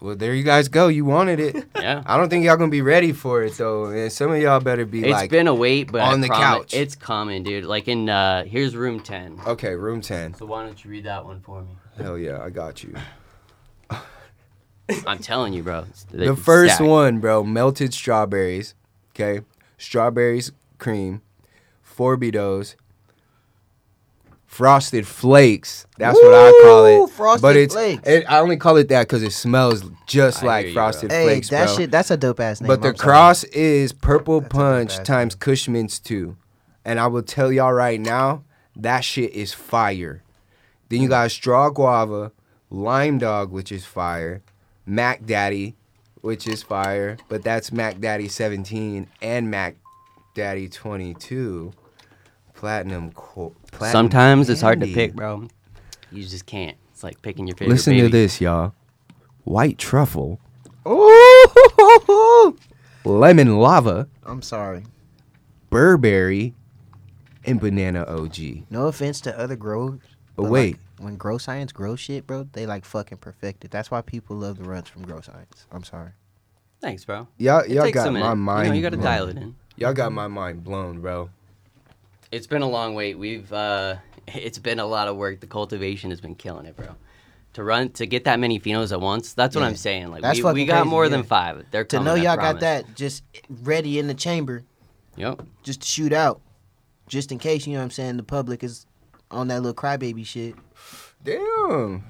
Speaker 3: Well, there you guys go. You wanted it.
Speaker 5: Yeah.
Speaker 3: I don't think y'all gonna be ready for it though, man. Some of y'all better be
Speaker 5: It's
Speaker 3: like,
Speaker 5: been a wait, but
Speaker 3: on
Speaker 5: I
Speaker 3: the
Speaker 5: promise-
Speaker 3: couch.
Speaker 5: It's coming, dude. Like in uh here's room ten.
Speaker 3: okay, room ten.
Speaker 5: So why don't you read that one for me?
Speaker 3: Hell yeah, I got you.
Speaker 5: I'm telling you, bro. it's-
Speaker 3: The
Speaker 5: it's
Speaker 3: first
Speaker 5: stacked.
Speaker 3: one, bro, melted strawberries. Okay, strawberries cream, four Beatos, Frosted Flakes. That's what I call
Speaker 2: Woo,
Speaker 3: it.
Speaker 2: Frosted
Speaker 3: but it's,
Speaker 2: Flakes.
Speaker 3: It, I only call it that because it smells just
Speaker 5: I
Speaker 3: like
Speaker 5: hear you, bro.
Speaker 3: Frosted
Speaker 2: Hey,
Speaker 3: Flakes,
Speaker 2: that
Speaker 3: bro.
Speaker 2: shit, that's a dope ass name.
Speaker 3: But the
Speaker 2: I'm sorry.
Speaker 3: cross is Purple Punch
Speaker 2: bad
Speaker 3: times Cushman's 2. And I will tell y'all right now, that shit is fire. Then you got Straw Guava, Lime Dog, which is fire, Mac Daddy, which is fire, but that's Mac Daddy 17 and Mac Daddy 22. Platinum, co- platinum
Speaker 5: Sometimes it's hard to
Speaker 3: Candy.
Speaker 5: pick, bro. You just can't. It's like picking your favorite.
Speaker 3: Listen to
Speaker 5: baby.
Speaker 3: this, y'all. White Truffle,
Speaker 2: Ooh,
Speaker 3: Lemon Lava,
Speaker 2: I'm sorry.
Speaker 3: Burberry, and Banana OG.
Speaker 2: No offense to other growers.
Speaker 3: But
Speaker 2: like,
Speaker 3: wait.
Speaker 2: when grow science grows shit, bro, they like fucking perfect it. That's why people love the runs from grow science. I'm sorry.
Speaker 5: Thanks, bro.
Speaker 3: Y'all,
Speaker 5: It
Speaker 3: y'all
Speaker 5: takes a
Speaker 3: got
Speaker 5: minute.
Speaker 3: my mind.
Speaker 5: You, know, you gotta
Speaker 3: blown.
Speaker 5: dial it in.
Speaker 3: Y'all got my mind blown, bro.
Speaker 5: It's been a long wait. We've uh, it's been a lot of work. The cultivation has been killing it, bro. To run to get that many phenos at once. That's what
Speaker 2: Yeah.
Speaker 5: I'm saying. Like
Speaker 2: That's
Speaker 5: we, we
Speaker 2: fucking
Speaker 5: got
Speaker 2: crazy,
Speaker 5: more
Speaker 2: yeah.
Speaker 5: than five. They're
Speaker 2: To
Speaker 5: coming,
Speaker 2: know
Speaker 5: I
Speaker 2: y'all got
Speaker 5: promise.
Speaker 2: that just ready in the chamber,
Speaker 5: Yep.
Speaker 2: just to shoot out, just in case. You know what I'm saying? The public is on that little crybaby shit.
Speaker 3: Damn.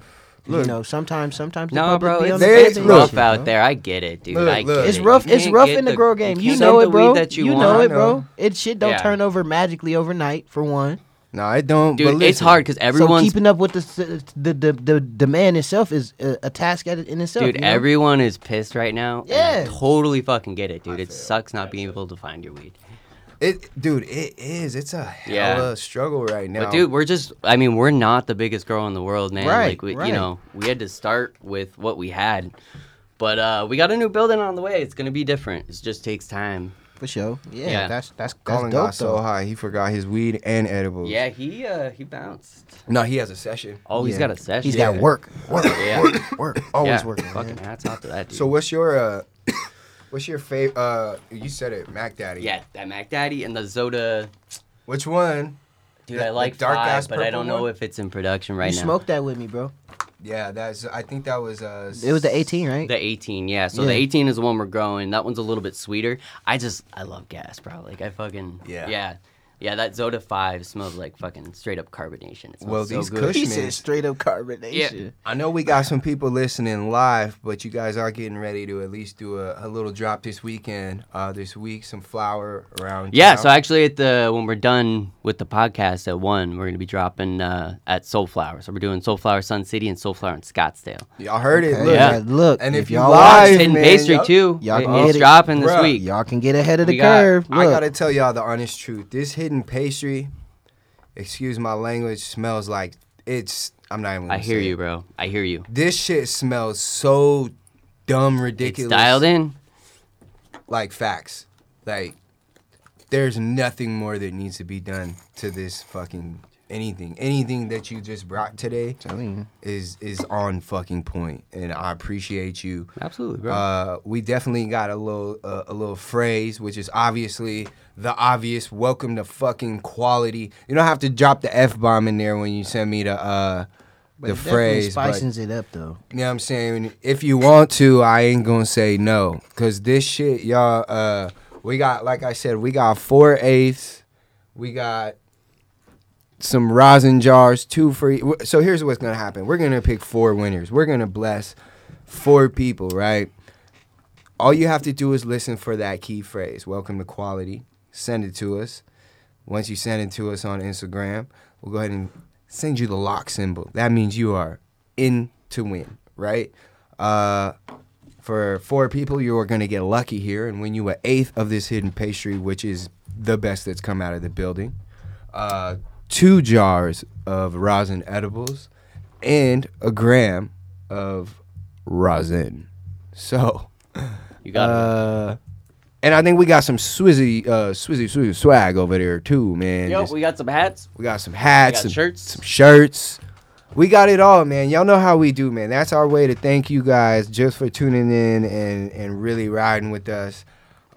Speaker 2: you know, sometimes, sometimes the
Speaker 5: No,
Speaker 2: public
Speaker 5: bro,
Speaker 2: be
Speaker 5: it's,
Speaker 2: on the
Speaker 3: they-
Speaker 5: it's
Speaker 2: fence and
Speaker 5: rough
Speaker 2: shit,
Speaker 5: out
Speaker 2: bro.
Speaker 5: there. I get it, dude.
Speaker 3: Look,
Speaker 5: I get
Speaker 3: look.
Speaker 5: it.
Speaker 2: It's rough.
Speaker 5: You
Speaker 2: It's
Speaker 5: can't
Speaker 2: rough
Speaker 5: get
Speaker 2: in the,
Speaker 5: the
Speaker 2: grow game. You
Speaker 5: can't
Speaker 2: know
Speaker 5: get
Speaker 2: it,
Speaker 5: the
Speaker 2: bro.
Speaker 5: weed that
Speaker 2: you
Speaker 5: you want.
Speaker 2: know
Speaker 3: I
Speaker 2: it, bro.
Speaker 3: know.
Speaker 2: It shit don't
Speaker 5: Yeah.
Speaker 2: turn over magically overnight for one.
Speaker 3: No, I don't.
Speaker 5: Dude,
Speaker 3: but
Speaker 5: it's
Speaker 3: listen,
Speaker 5: hard because
Speaker 2: so
Speaker 5: everyone's
Speaker 2: keeping up with the s- the the, the demand itself is a, a task at, in itself.
Speaker 5: Dude,
Speaker 2: you know?
Speaker 5: everyone is pissed right now. and I
Speaker 2: Yeah.
Speaker 5: totally fucking get it, dude. It sucks not being able to find your weed.
Speaker 3: It, dude, it is. It's a
Speaker 5: Yeah.
Speaker 3: hella struggle right now.
Speaker 5: But dude, we're just I mean, we're not the biggest girl in the world, man.
Speaker 2: Right,
Speaker 5: like we,
Speaker 2: right.
Speaker 5: you know, we had to start with what we had. But uh we got a new building on the way. It's gonna be different. It just takes time.
Speaker 2: for sure. Yeah,
Speaker 5: Yeah.
Speaker 2: that's that's that's
Speaker 3: Colin
Speaker 2: dope
Speaker 3: got so
Speaker 2: though.
Speaker 3: high he forgot his weed and edibles.
Speaker 5: Yeah, he uh he bounced.
Speaker 3: No, he has a session.
Speaker 5: Oh, he's
Speaker 2: Yeah.
Speaker 5: got a session.
Speaker 2: He's
Speaker 5: He's
Speaker 2: got work, work,
Speaker 5: Yeah.
Speaker 2: work, work. Always
Speaker 5: yeah.
Speaker 2: working.
Speaker 5: Fucking
Speaker 2: man.
Speaker 5: hats off to that dude.
Speaker 3: So what's your uh, what's your favorite? Uh, you said it, Mac Daddy.
Speaker 5: yeah, that Mac Daddy and the Zoda
Speaker 3: Which one?
Speaker 5: dude,
Speaker 3: The-
Speaker 5: I
Speaker 3: the
Speaker 5: like
Speaker 3: dark
Speaker 5: five,
Speaker 3: ass
Speaker 5: but I
Speaker 3: purple
Speaker 5: don't know
Speaker 3: one?
Speaker 5: if it's in production
Speaker 2: You
Speaker 5: right now.
Speaker 2: smoked that with me, bro.
Speaker 3: Yeah, that's. I think that was. Uh,
Speaker 2: It was the 18, right?
Speaker 5: The 18, yeah. So
Speaker 2: Yeah.
Speaker 5: the 18 is the one we're growing. That one's a little bit sweeter. I just, I love gas, bro. Like, I fucking,
Speaker 3: Yeah.
Speaker 5: yeah. Yeah. that Zoda 5 smells like fucking straight up carbonation. It smells
Speaker 3: Well,
Speaker 5: so
Speaker 3: these
Speaker 5: good.
Speaker 3: Kush-
Speaker 2: he said straight up carbonation.
Speaker 5: Yeah.
Speaker 3: I know we got some people listening live, but you guys are getting ready to at least do a, a little drop this weekend, uh, this week, some flower around.
Speaker 5: Yeah,
Speaker 3: town.
Speaker 5: so actually, at the when we're done with the podcast at 1, we're going to be dropping uh, at Soulflower. So we're doing Soulflower Sun City and Soulflower in Scottsdale.
Speaker 3: y'all heard it.
Speaker 2: Okay,
Speaker 3: Look,
Speaker 5: Yeah.
Speaker 2: Look,
Speaker 3: And if you
Speaker 2: y'all
Speaker 3: live-
Speaker 2: watch,
Speaker 5: It's Hidden
Speaker 3: man,
Speaker 5: Bay Street,
Speaker 3: yup.
Speaker 5: too.
Speaker 2: Y'all
Speaker 5: It-
Speaker 2: can get
Speaker 5: it's
Speaker 2: it.
Speaker 5: dropping this
Speaker 3: Bruh,
Speaker 5: week.
Speaker 2: y'all can get ahead of the
Speaker 5: We got-
Speaker 2: curve.
Speaker 3: I
Speaker 2: Look.
Speaker 3: gotta tell y'all the honest truth. This hidden pastry, excuse my language, smells like it's. I'm not even. Gonna
Speaker 5: I hear
Speaker 3: say
Speaker 5: you,
Speaker 3: it.
Speaker 5: bro. I hear you.
Speaker 3: This shit smells so dumb,
Speaker 5: It's
Speaker 3: ridiculous.
Speaker 5: dialed in.
Speaker 3: Like facts. Like there's nothing more that needs to be done to this fucking anything. Anything that you just brought today.
Speaker 2: Telling you.
Speaker 3: is is on fucking point, and I appreciate you.
Speaker 5: Absolutely, bro.
Speaker 3: Uh, we definitely got a little uh, a little phrase, which is obviously the obvious. Welcome to fucking quality. You don't have to drop the f bomb in there when you send me the uh,
Speaker 2: But
Speaker 3: the
Speaker 2: it definitely
Speaker 3: phrase. But, you
Speaker 2: spicens it up though.
Speaker 3: know what I'm saying? If you want to, I ain't gonna say no, cause this shit, y'all. Uh, we got like I said, we got four eighths. We got some rosin jars, two for. e- w- So here's what's gonna happen: we're gonna pick four winners. We're gonna bless four people, right? All you have to do is listen for that key phrase. Welcome to quality. Send it to us. Once you send it to us on Instagram, we'll go ahead and send you the lock symbol. That means you are in to win, right? Uh, for four people, you are going to get lucky here and win you an eighth of this hidden pastry, which is the best that's come out of the building. Uh, two jars of rosin edibles and a gram of rosin. So,
Speaker 5: you got it.
Speaker 3: uh, and I think we got some swizzy, uh, swizzy, swizzy swag over there too, man.
Speaker 5: Yo,
Speaker 3: Just-
Speaker 5: we got some hats.
Speaker 3: we got some hats,
Speaker 5: We got
Speaker 3: some
Speaker 5: shirts.
Speaker 3: some shirts. We got it all, man. Y'all know how we do, man. That's our way to thank you guys just for tuning in and and really riding with us.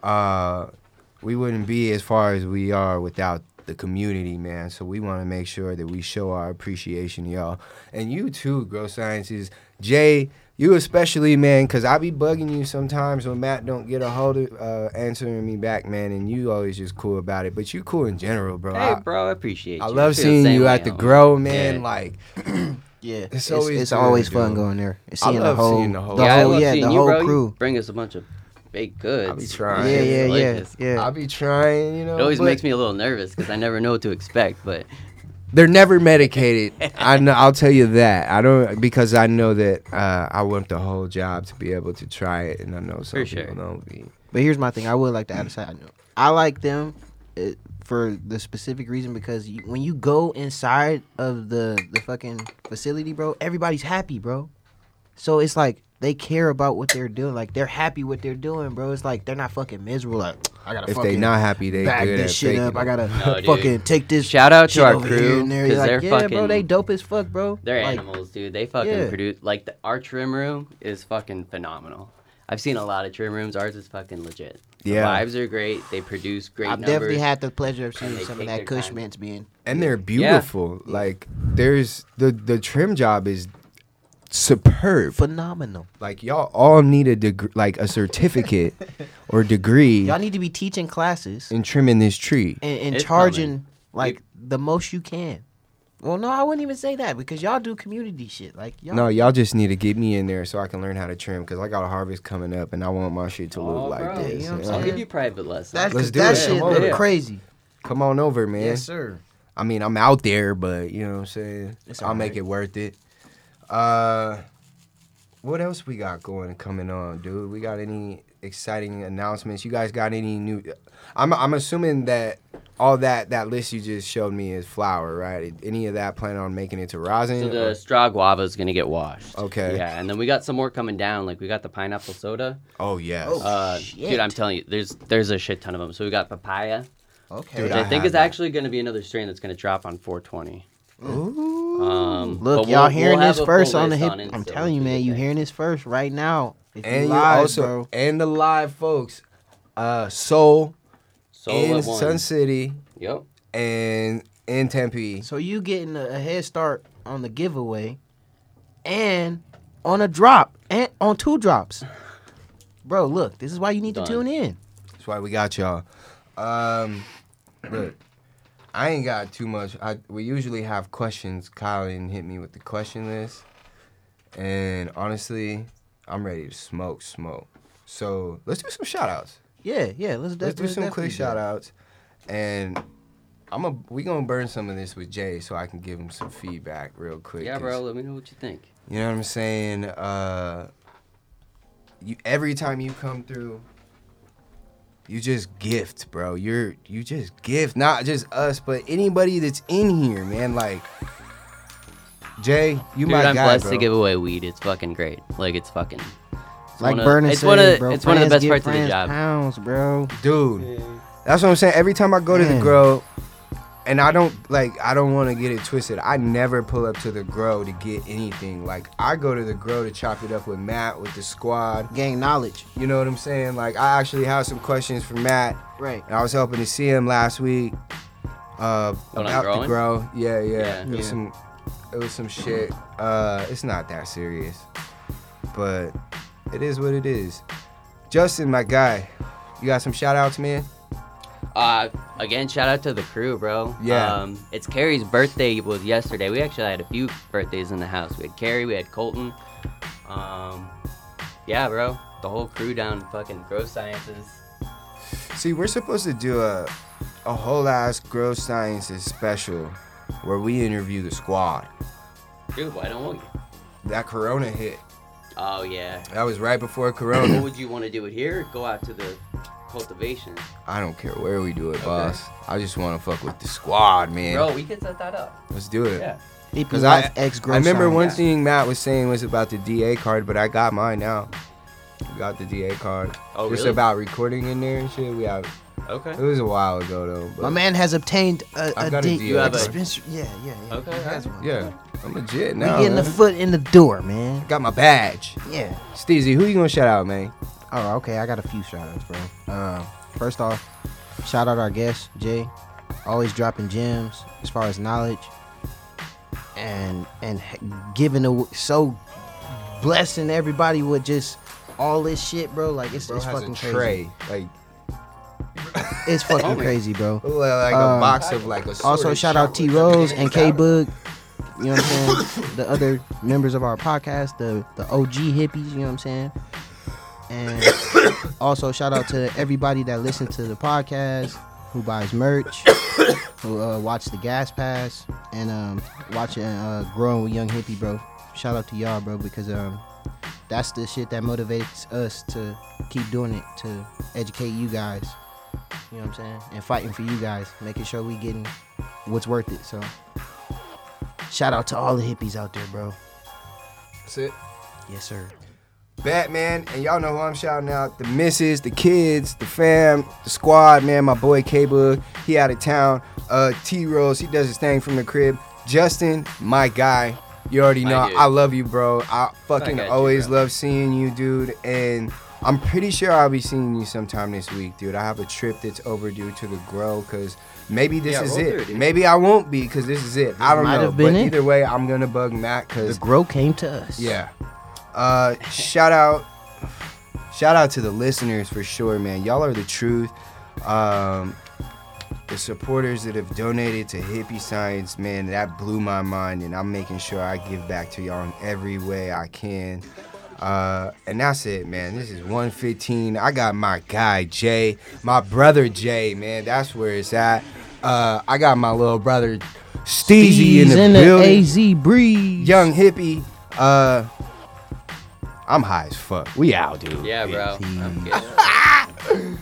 Speaker 3: Uh, we wouldn't be as far as we are without the community, man. So we want to make sure that we show our appreciation, to y'all, and you too, Grow Sciences, Jay. You especially, man, because I be bugging you sometimes when Matt don't get a hold of uh, answering me back, man, and you always just cool about it. But you cool in general, bro.
Speaker 5: Hey,
Speaker 3: I,
Speaker 5: bro, I appreciate
Speaker 3: I
Speaker 5: you.
Speaker 3: love
Speaker 5: feel the
Speaker 3: seeing
Speaker 5: same
Speaker 3: you
Speaker 5: way,
Speaker 3: at the
Speaker 5: homie.
Speaker 3: grow, man.
Speaker 5: Yeah.
Speaker 3: Like
Speaker 2: Yeah, it's, it's
Speaker 3: always
Speaker 2: always,
Speaker 3: good,
Speaker 2: fun
Speaker 3: dude.
Speaker 2: going there. It's
Speaker 3: I
Speaker 2: seeing
Speaker 3: love
Speaker 2: the whole,
Speaker 3: seeing the whole-
Speaker 2: the
Speaker 5: yeah, I
Speaker 2: whole,
Speaker 5: love
Speaker 2: yeah,
Speaker 5: seeing
Speaker 2: the
Speaker 5: you, bro.
Speaker 2: whole
Speaker 5: You
Speaker 2: crew.
Speaker 5: bring us a bunch of baked goods.
Speaker 3: trying.
Speaker 2: Yeah,
Speaker 3: Yeah,
Speaker 2: yeah,
Speaker 5: Like
Speaker 2: yeah,
Speaker 5: this.
Speaker 2: yeah.
Speaker 3: I be trying, you know.
Speaker 5: It always
Speaker 3: but
Speaker 5: makes me a little nervous because I never know what to expect. But
Speaker 3: They're never medicated. I know. I'll tell you that. I don't because I know that uh, I want the whole job to be able to try it, and I know some
Speaker 5: For
Speaker 3: people
Speaker 5: sure.
Speaker 3: don't be.
Speaker 2: But here's my thing. I would like to add a side note. I like them uh, for the specific reason because you, when you go inside of the the fucking facility, bro, everybody's happy, bro. So it's like they care about what they're doing. Like they're happy what they're doing, bro. It's like they're not fucking miserable. Like I gotta
Speaker 3: If they
Speaker 2: fucking
Speaker 3: not happy, they
Speaker 2: back
Speaker 3: good
Speaker 2: this
Speaker 3: at
Speaker 2: shit
Speaker 3: faking
Speaker 2: up.
Speaker 3: it.
Speaker 2: I gotta
Speaker 5: No, dude.
Speaker 2: fucking take this.
Speaker 5: Shout out to
Speaker 2: shit
Speaker 5: our
Speaker 2: over here
Speaker 5: crew,
Speaker 2: and there.
Speaker 5: 'cause
Speaker 2: Like,
Speaker 5: they're
Speaker 2: yeah, bro,
Speaker 5: fucking-
Speaker 2: they dope as fuck, bro.
Speaker 5: they're
Speaker 2: Like,
Speaker 5: animals, dude. They fucking
Speaker 2: Yeah.
Speaker 5: produce. Like the, our trim room is fucking phenomenal. I've seen a lot of trim rooms. Ours is fucking legit. The
Speaker 3: Yeah.
Speaker 5: vibes are great. They produce great
Speaker 2: I've
Speaker 5: numbers.
Speaker 2: definitely had the pleasure of
Speaker 5: And
Speaker 2: seeing
Speaker 5: they
Speaker 2: some of
Speaker 5: take
Speaker 2: that
Speaker 5: their time.
Speaker 2: Cushman's being.
Speaker 3: and they're beautiful. Like there's the the trim job is superb.
Speaker 2: Phenomenal.
Speaker 3: Like y'all all need a degree, like a certificate or degree
Speaker 2: Y'all need to be teaching classes
Speaker 3: in trimming this tree.
Speaker 2: and, and
Speaker 5: It's
Speaker 2: charging
Speaker 5: coming.
Speaker 2: like the most you can. Well, no, I wouldn't even say that because y'all do community shit. Like y'all,
Speaker 3: No, y'all just need to get me in there so I can learn how to trim because I got a harvest coming up and I want my shit to look
Speaker 5: Oh,
Speaker 3: like
Speaker 5: bro,
Speaker 3: this.
Speaker 2: you know what
Speaker 3: you
Speaker 2: I'm
Speaker 5: I'll
Speaker 3: know?
Speaker 5: give you private lessons.
Speaker 2: that's
Speaker 3: Let's
Speaker 2: cause
Speaker 3: do
Speaker 2: that
Speaker 3: it.
Speaker 2: shit
Speaker 5: Come
Speaker 2: look
Speaker 5: over.
Speaker 2: crazy.
Speaker 3: Come on over, man.
Speaker 2: sir.
Speaker 3: I mean, I'm out there, but you know what I'm saying?
Speaker 2: It's
Speaker 3: I'll make
Speaker 2: alright.
Speaker 3: it worth it. Uh what else we got going coming on, dude? We got any exciting announcements? You guys got any new I'm I'm assuming that all that that list you just showed me is flour, right? Any of that plan on making it to rosin?
Speaker 5: So
Speaker 3: or-
Speaker 5: the straw guava is gonna get washed.
Speaker 3: Okay.
Speaker 5: Yeah, and then we got some more coming down. Like we got the pineapple soda.
Speaker 3: oh yes.
Speaker 2: Oh,
Speaker 5: Uh,
Speaker 2: Shit.
Speaker 5: dude, I'm telling you, there's there's a shit ton of them. So we got papaya,
Speaker 2: Okay.
Speaker 3: Dude,
Speaker 5: which
Speaker 3: I
Speaker 5: I, think
Speaker 3: have
Speaker 5: is
Speaker 3: that.
Speaker 5: actually gonna be another strain that's gonna drop on 420.
Speaker 3: Ooh.
Speaker 5: Um,
Speaker 2: Look,
Speaker 5: but
Speaker 2: y'all
Speaker 5: we'll-
Speaker 2: hearing
Speaker 5: we'll have
Speaker 2: this
Speaker 5: a
Speaker 2: first
Speaker 5: full
Speaker 2: on the
Speaker 5: list
Speaker 2: hip.
Speaker 5: on Insta
Speaker 2: I'm
Speaker 5: once
Speaker 2: telling you,
Speaker 5: we
Speaker 2: man,
Speaker 5: get
Speaker 2: you
Speaker 5: there.
Speaker 2: hearing this first right now. If
Speaker 3: and you
Speaker 2: live,
Speaker 3: also
Speaker 2: bro.
Speaker 3: and the live folks, uh Soul,
Speaker 5: Soul
Speaker 3: in
Speaker 5: at one.
Speaker 3: Sun City
Speaker 5: Yep.
Speaker 3: and in Tempe.
Speaker 2: So you getting a, a head start on the giveaway, and on a drop, and on two drops. Bro, look, this is why you need to
Speaker 5: Done.
Speaker 2: tune in.
Speaker 3: That's why we got y'all. Um, look, I ain't got too much. I we usually have questions. Colin hit me with the question list, and honestly, I'm ready to smoke, smoke. So let's do some shout outs.
Speaker 2: Yeah, yeah. Let's,
Speaker 3: Let's do some quick shout
Speaker 2: out.
Speaker 3: outs, and I'm a we gonna burn some of this with Jay so I can give him some feedback real quick.
Speaker 5: Yeah,
Speaker 3: 'cause-
Speaker 5: bro. Let me know what you think.
Speaker 3: You know what I'm saying? Uh, you every time you come through, you just gift, bro. You're you just gift, not just us, but anybody that's in here, man. Like Jay, you
Speaker 5: Dude,
Speaker 3: my
Speaker 5: I'm
Speaker 3: guy,
Speaker 5: blessed
Speaker 3: bro.
Speaker 5: to give away weed. It's fucking great. Like it's fucking. It's
Speaker 2: Like
Speaker 5: one of-
Speaker 2: Vernon
Speaker 5: it's
Speaker 2: said,
Speaker 5: one of
Speaker 2: bro,
Speaker 5: it's one of the
Speaker 2: friends
Speaker 5: best
Speaker 2: get
Speaker 5: parts of the
Speaker 2: friends
Speaker 5: job.
Speaker 2: Pounds, bro.
Speaker 3: dude. That's what I'm saying. Every time I go to the
Speaker 2: Man.
Speaker 3: grow, and I don't like, I don't want to get it twisted. I never pull up to the grow to get anything. Like I go to the grow to chop it up with Matt, with the squad.
Speaker 2: Gang knowledge,
Speaker 3: You know what I'm saying? Like I actually have some questions for Matt.
Speaker 2: right?
Speaker 3: And I was helping to see him last week. Uh,
Speaker 5: When I'm
Speaker 3: about to
Speaker 5: growing?
Speaker 3: grow. Yeah, yeah.
Speaker 5: Yeah.
Speaker 3: It was
Speaker 2: Yeah.
Speaker 3: some, it was some shit. Uh, it's not that serious, but it is what it is. Justin, my guy, you got some shout outs, man.
Speaker 5: Uh, again, shout out to the crew, bro.
Speaker 3: Yeah.
Speaker 5: Um, it's Carrie's birthday was yesterday. We actually had a few birthdays in the house. We had Carrie, we had Colton. Um, yeah, bro. The whole crew down fucking Grove Sciences.
Speaker 3: See, we're supposed to do a, a whole ass grow sciences special, where we interview the squad.
Speaker 5: Dude, why don't we?
Speaker 3: That Corona hit.
Speaker 5: Oh yeah.
Speaker 3: That was right before
Speaker 5: what
Speaker 3: Corona.
Speaker 5: would you want to do it here? Or go out to the cultivation,
Speaker 3: I don't care where we do it, boss. I just want to fuck with the squad, man.
Speaker 5: bro. We could set that up.
Speaker 3: Let's do it.
Speaker 5: Yeah.
Speaker 2: Because
Speaker 3: Cause I,
Speaker 2: I ex
Speaker 3: I remember one
Speaker 5: Yeah.
Speaker 3: thing Matt was saying was about the DA card, but I got mine now. We got the DA card.
Speaker 5: Oh,
Speaker 3: It's
Speaker 5: really?
Speaker 3: about recording in there and shit. We have.
Speaker 5: Okay.
Speaker 3: It was a while ago though. But
Speaker 2: My man has obtained a,
Speaker 3: I've
Speaker 2: a,
Speaker 3: got a
Speaker 2: di-
Speaker 3: deal. You have
Speaker 5: a-
Speaker 2: dispens- Yeah, yeah, yeah.
Speaker 5: Okay,
Speaker 2: He has
Speaker 5: okay.
Speaker 2: one.
Speaker 3: Yeah, I'm legit
Speaker 2: We
Speaker 3: now.
Speaker 2: getting
Speaker 3: man.
Speaker 2: a foot in the door, man.
Speaker 3: got my badge.
Speaker 2: Yeah.
Speaker 3: Steezy, who you gonna shout out, man?
Speaker 2: Oh, okay. I got a few shout outs, bro. Um, first off, shout out our guest, Jay. Always dropping gems as far as knowledge and and h- giving away, so blessing everybody with just all this shit, bro. Like it's,
Speaker 3: Bro
Speaker 2: it's
Speaker 3: has a
Speaker 2: fucking crazy.
Speaker 3: tray, like
Speaker 2: It's fucking crazy, bro.
Speaker 3: li- like a
Speaker 2: Um,
Speaker 3: box of like a.
Speaker 2: Also, shout out T Rose and K Boog. You know what I'm saying? the other members of our podcast, the the OG hippies. You know what I'm saying? And also shout out to everybody that listens to the podcast, who buys merch, who uh, watch the Gas Pass, and um, watching uh, growing with Young Hippie, bro. Shout out to y'all, bro, because um, that's the shit that motivates us to keep doing it to educate you guys. You know what I'm saying? And fighting for you guys, making sure we getting what's worth it. So shout out to all the hippies out there, bro.
Speaker 3: That's it.
Speaker 2: Yes, sir.
Speaker 3: Batman, and y'all know who I'm shouting out. The missus, the kids, the fam, the squad, man. My boy K Boog, he out of town. Uh, T Rose, he does his thing from the crib. Justin, my guy, you already know.
Speaker 5: dude.
Speaker 3: I love you, bro. I fucking
Speaker 5: got you,
Speaker 3: always
Speaker 5: bro.
Speaker 3: love seeing you, dude. And I'm pretty sure I'll be seeing you sometime this week, dude. I have a trip that's overdue to the grow because maybe this
Speaker 5: Yeah,
Speaker 3: is
Speaker 5: roll
Speaker 3: it.
Speaker 5: through it, dude.
Speaker 3: maybe I won't be because this is it. I don't
Speaker 2: might
Speaker 3: know.
Speaker 2: have been
Speaker 3: but
Speaker 2: it.
Speaker 3: either way, I'm gonna bug Matt
Speaker 2: The
Speaker 3: because
Speaker 2: grow came to us.
Speaker 3: yeah. Uh, shout out, shout out to the listeners for sure, man. Y'all are the truth. Um, the supporters that have donated to Hippie Science, man, that blew my mind, and I'm making sure I give back to y'all in every way I can. Uh, and that's it, man. This is 115. I got my guy Jay, my brother Jay, man. That's where it's at. Uh, I got my little brother Steezy in
Speaker 2: He's
Speaker 3: the
Speaker 2: in the
Speaker 3: building.
Speaker 2: AZ breeze.
Speaker 3: Young hippie. Uh, I'm high as fuck. We out, dude.
Speaker 5: Yeah, bro. I'm good.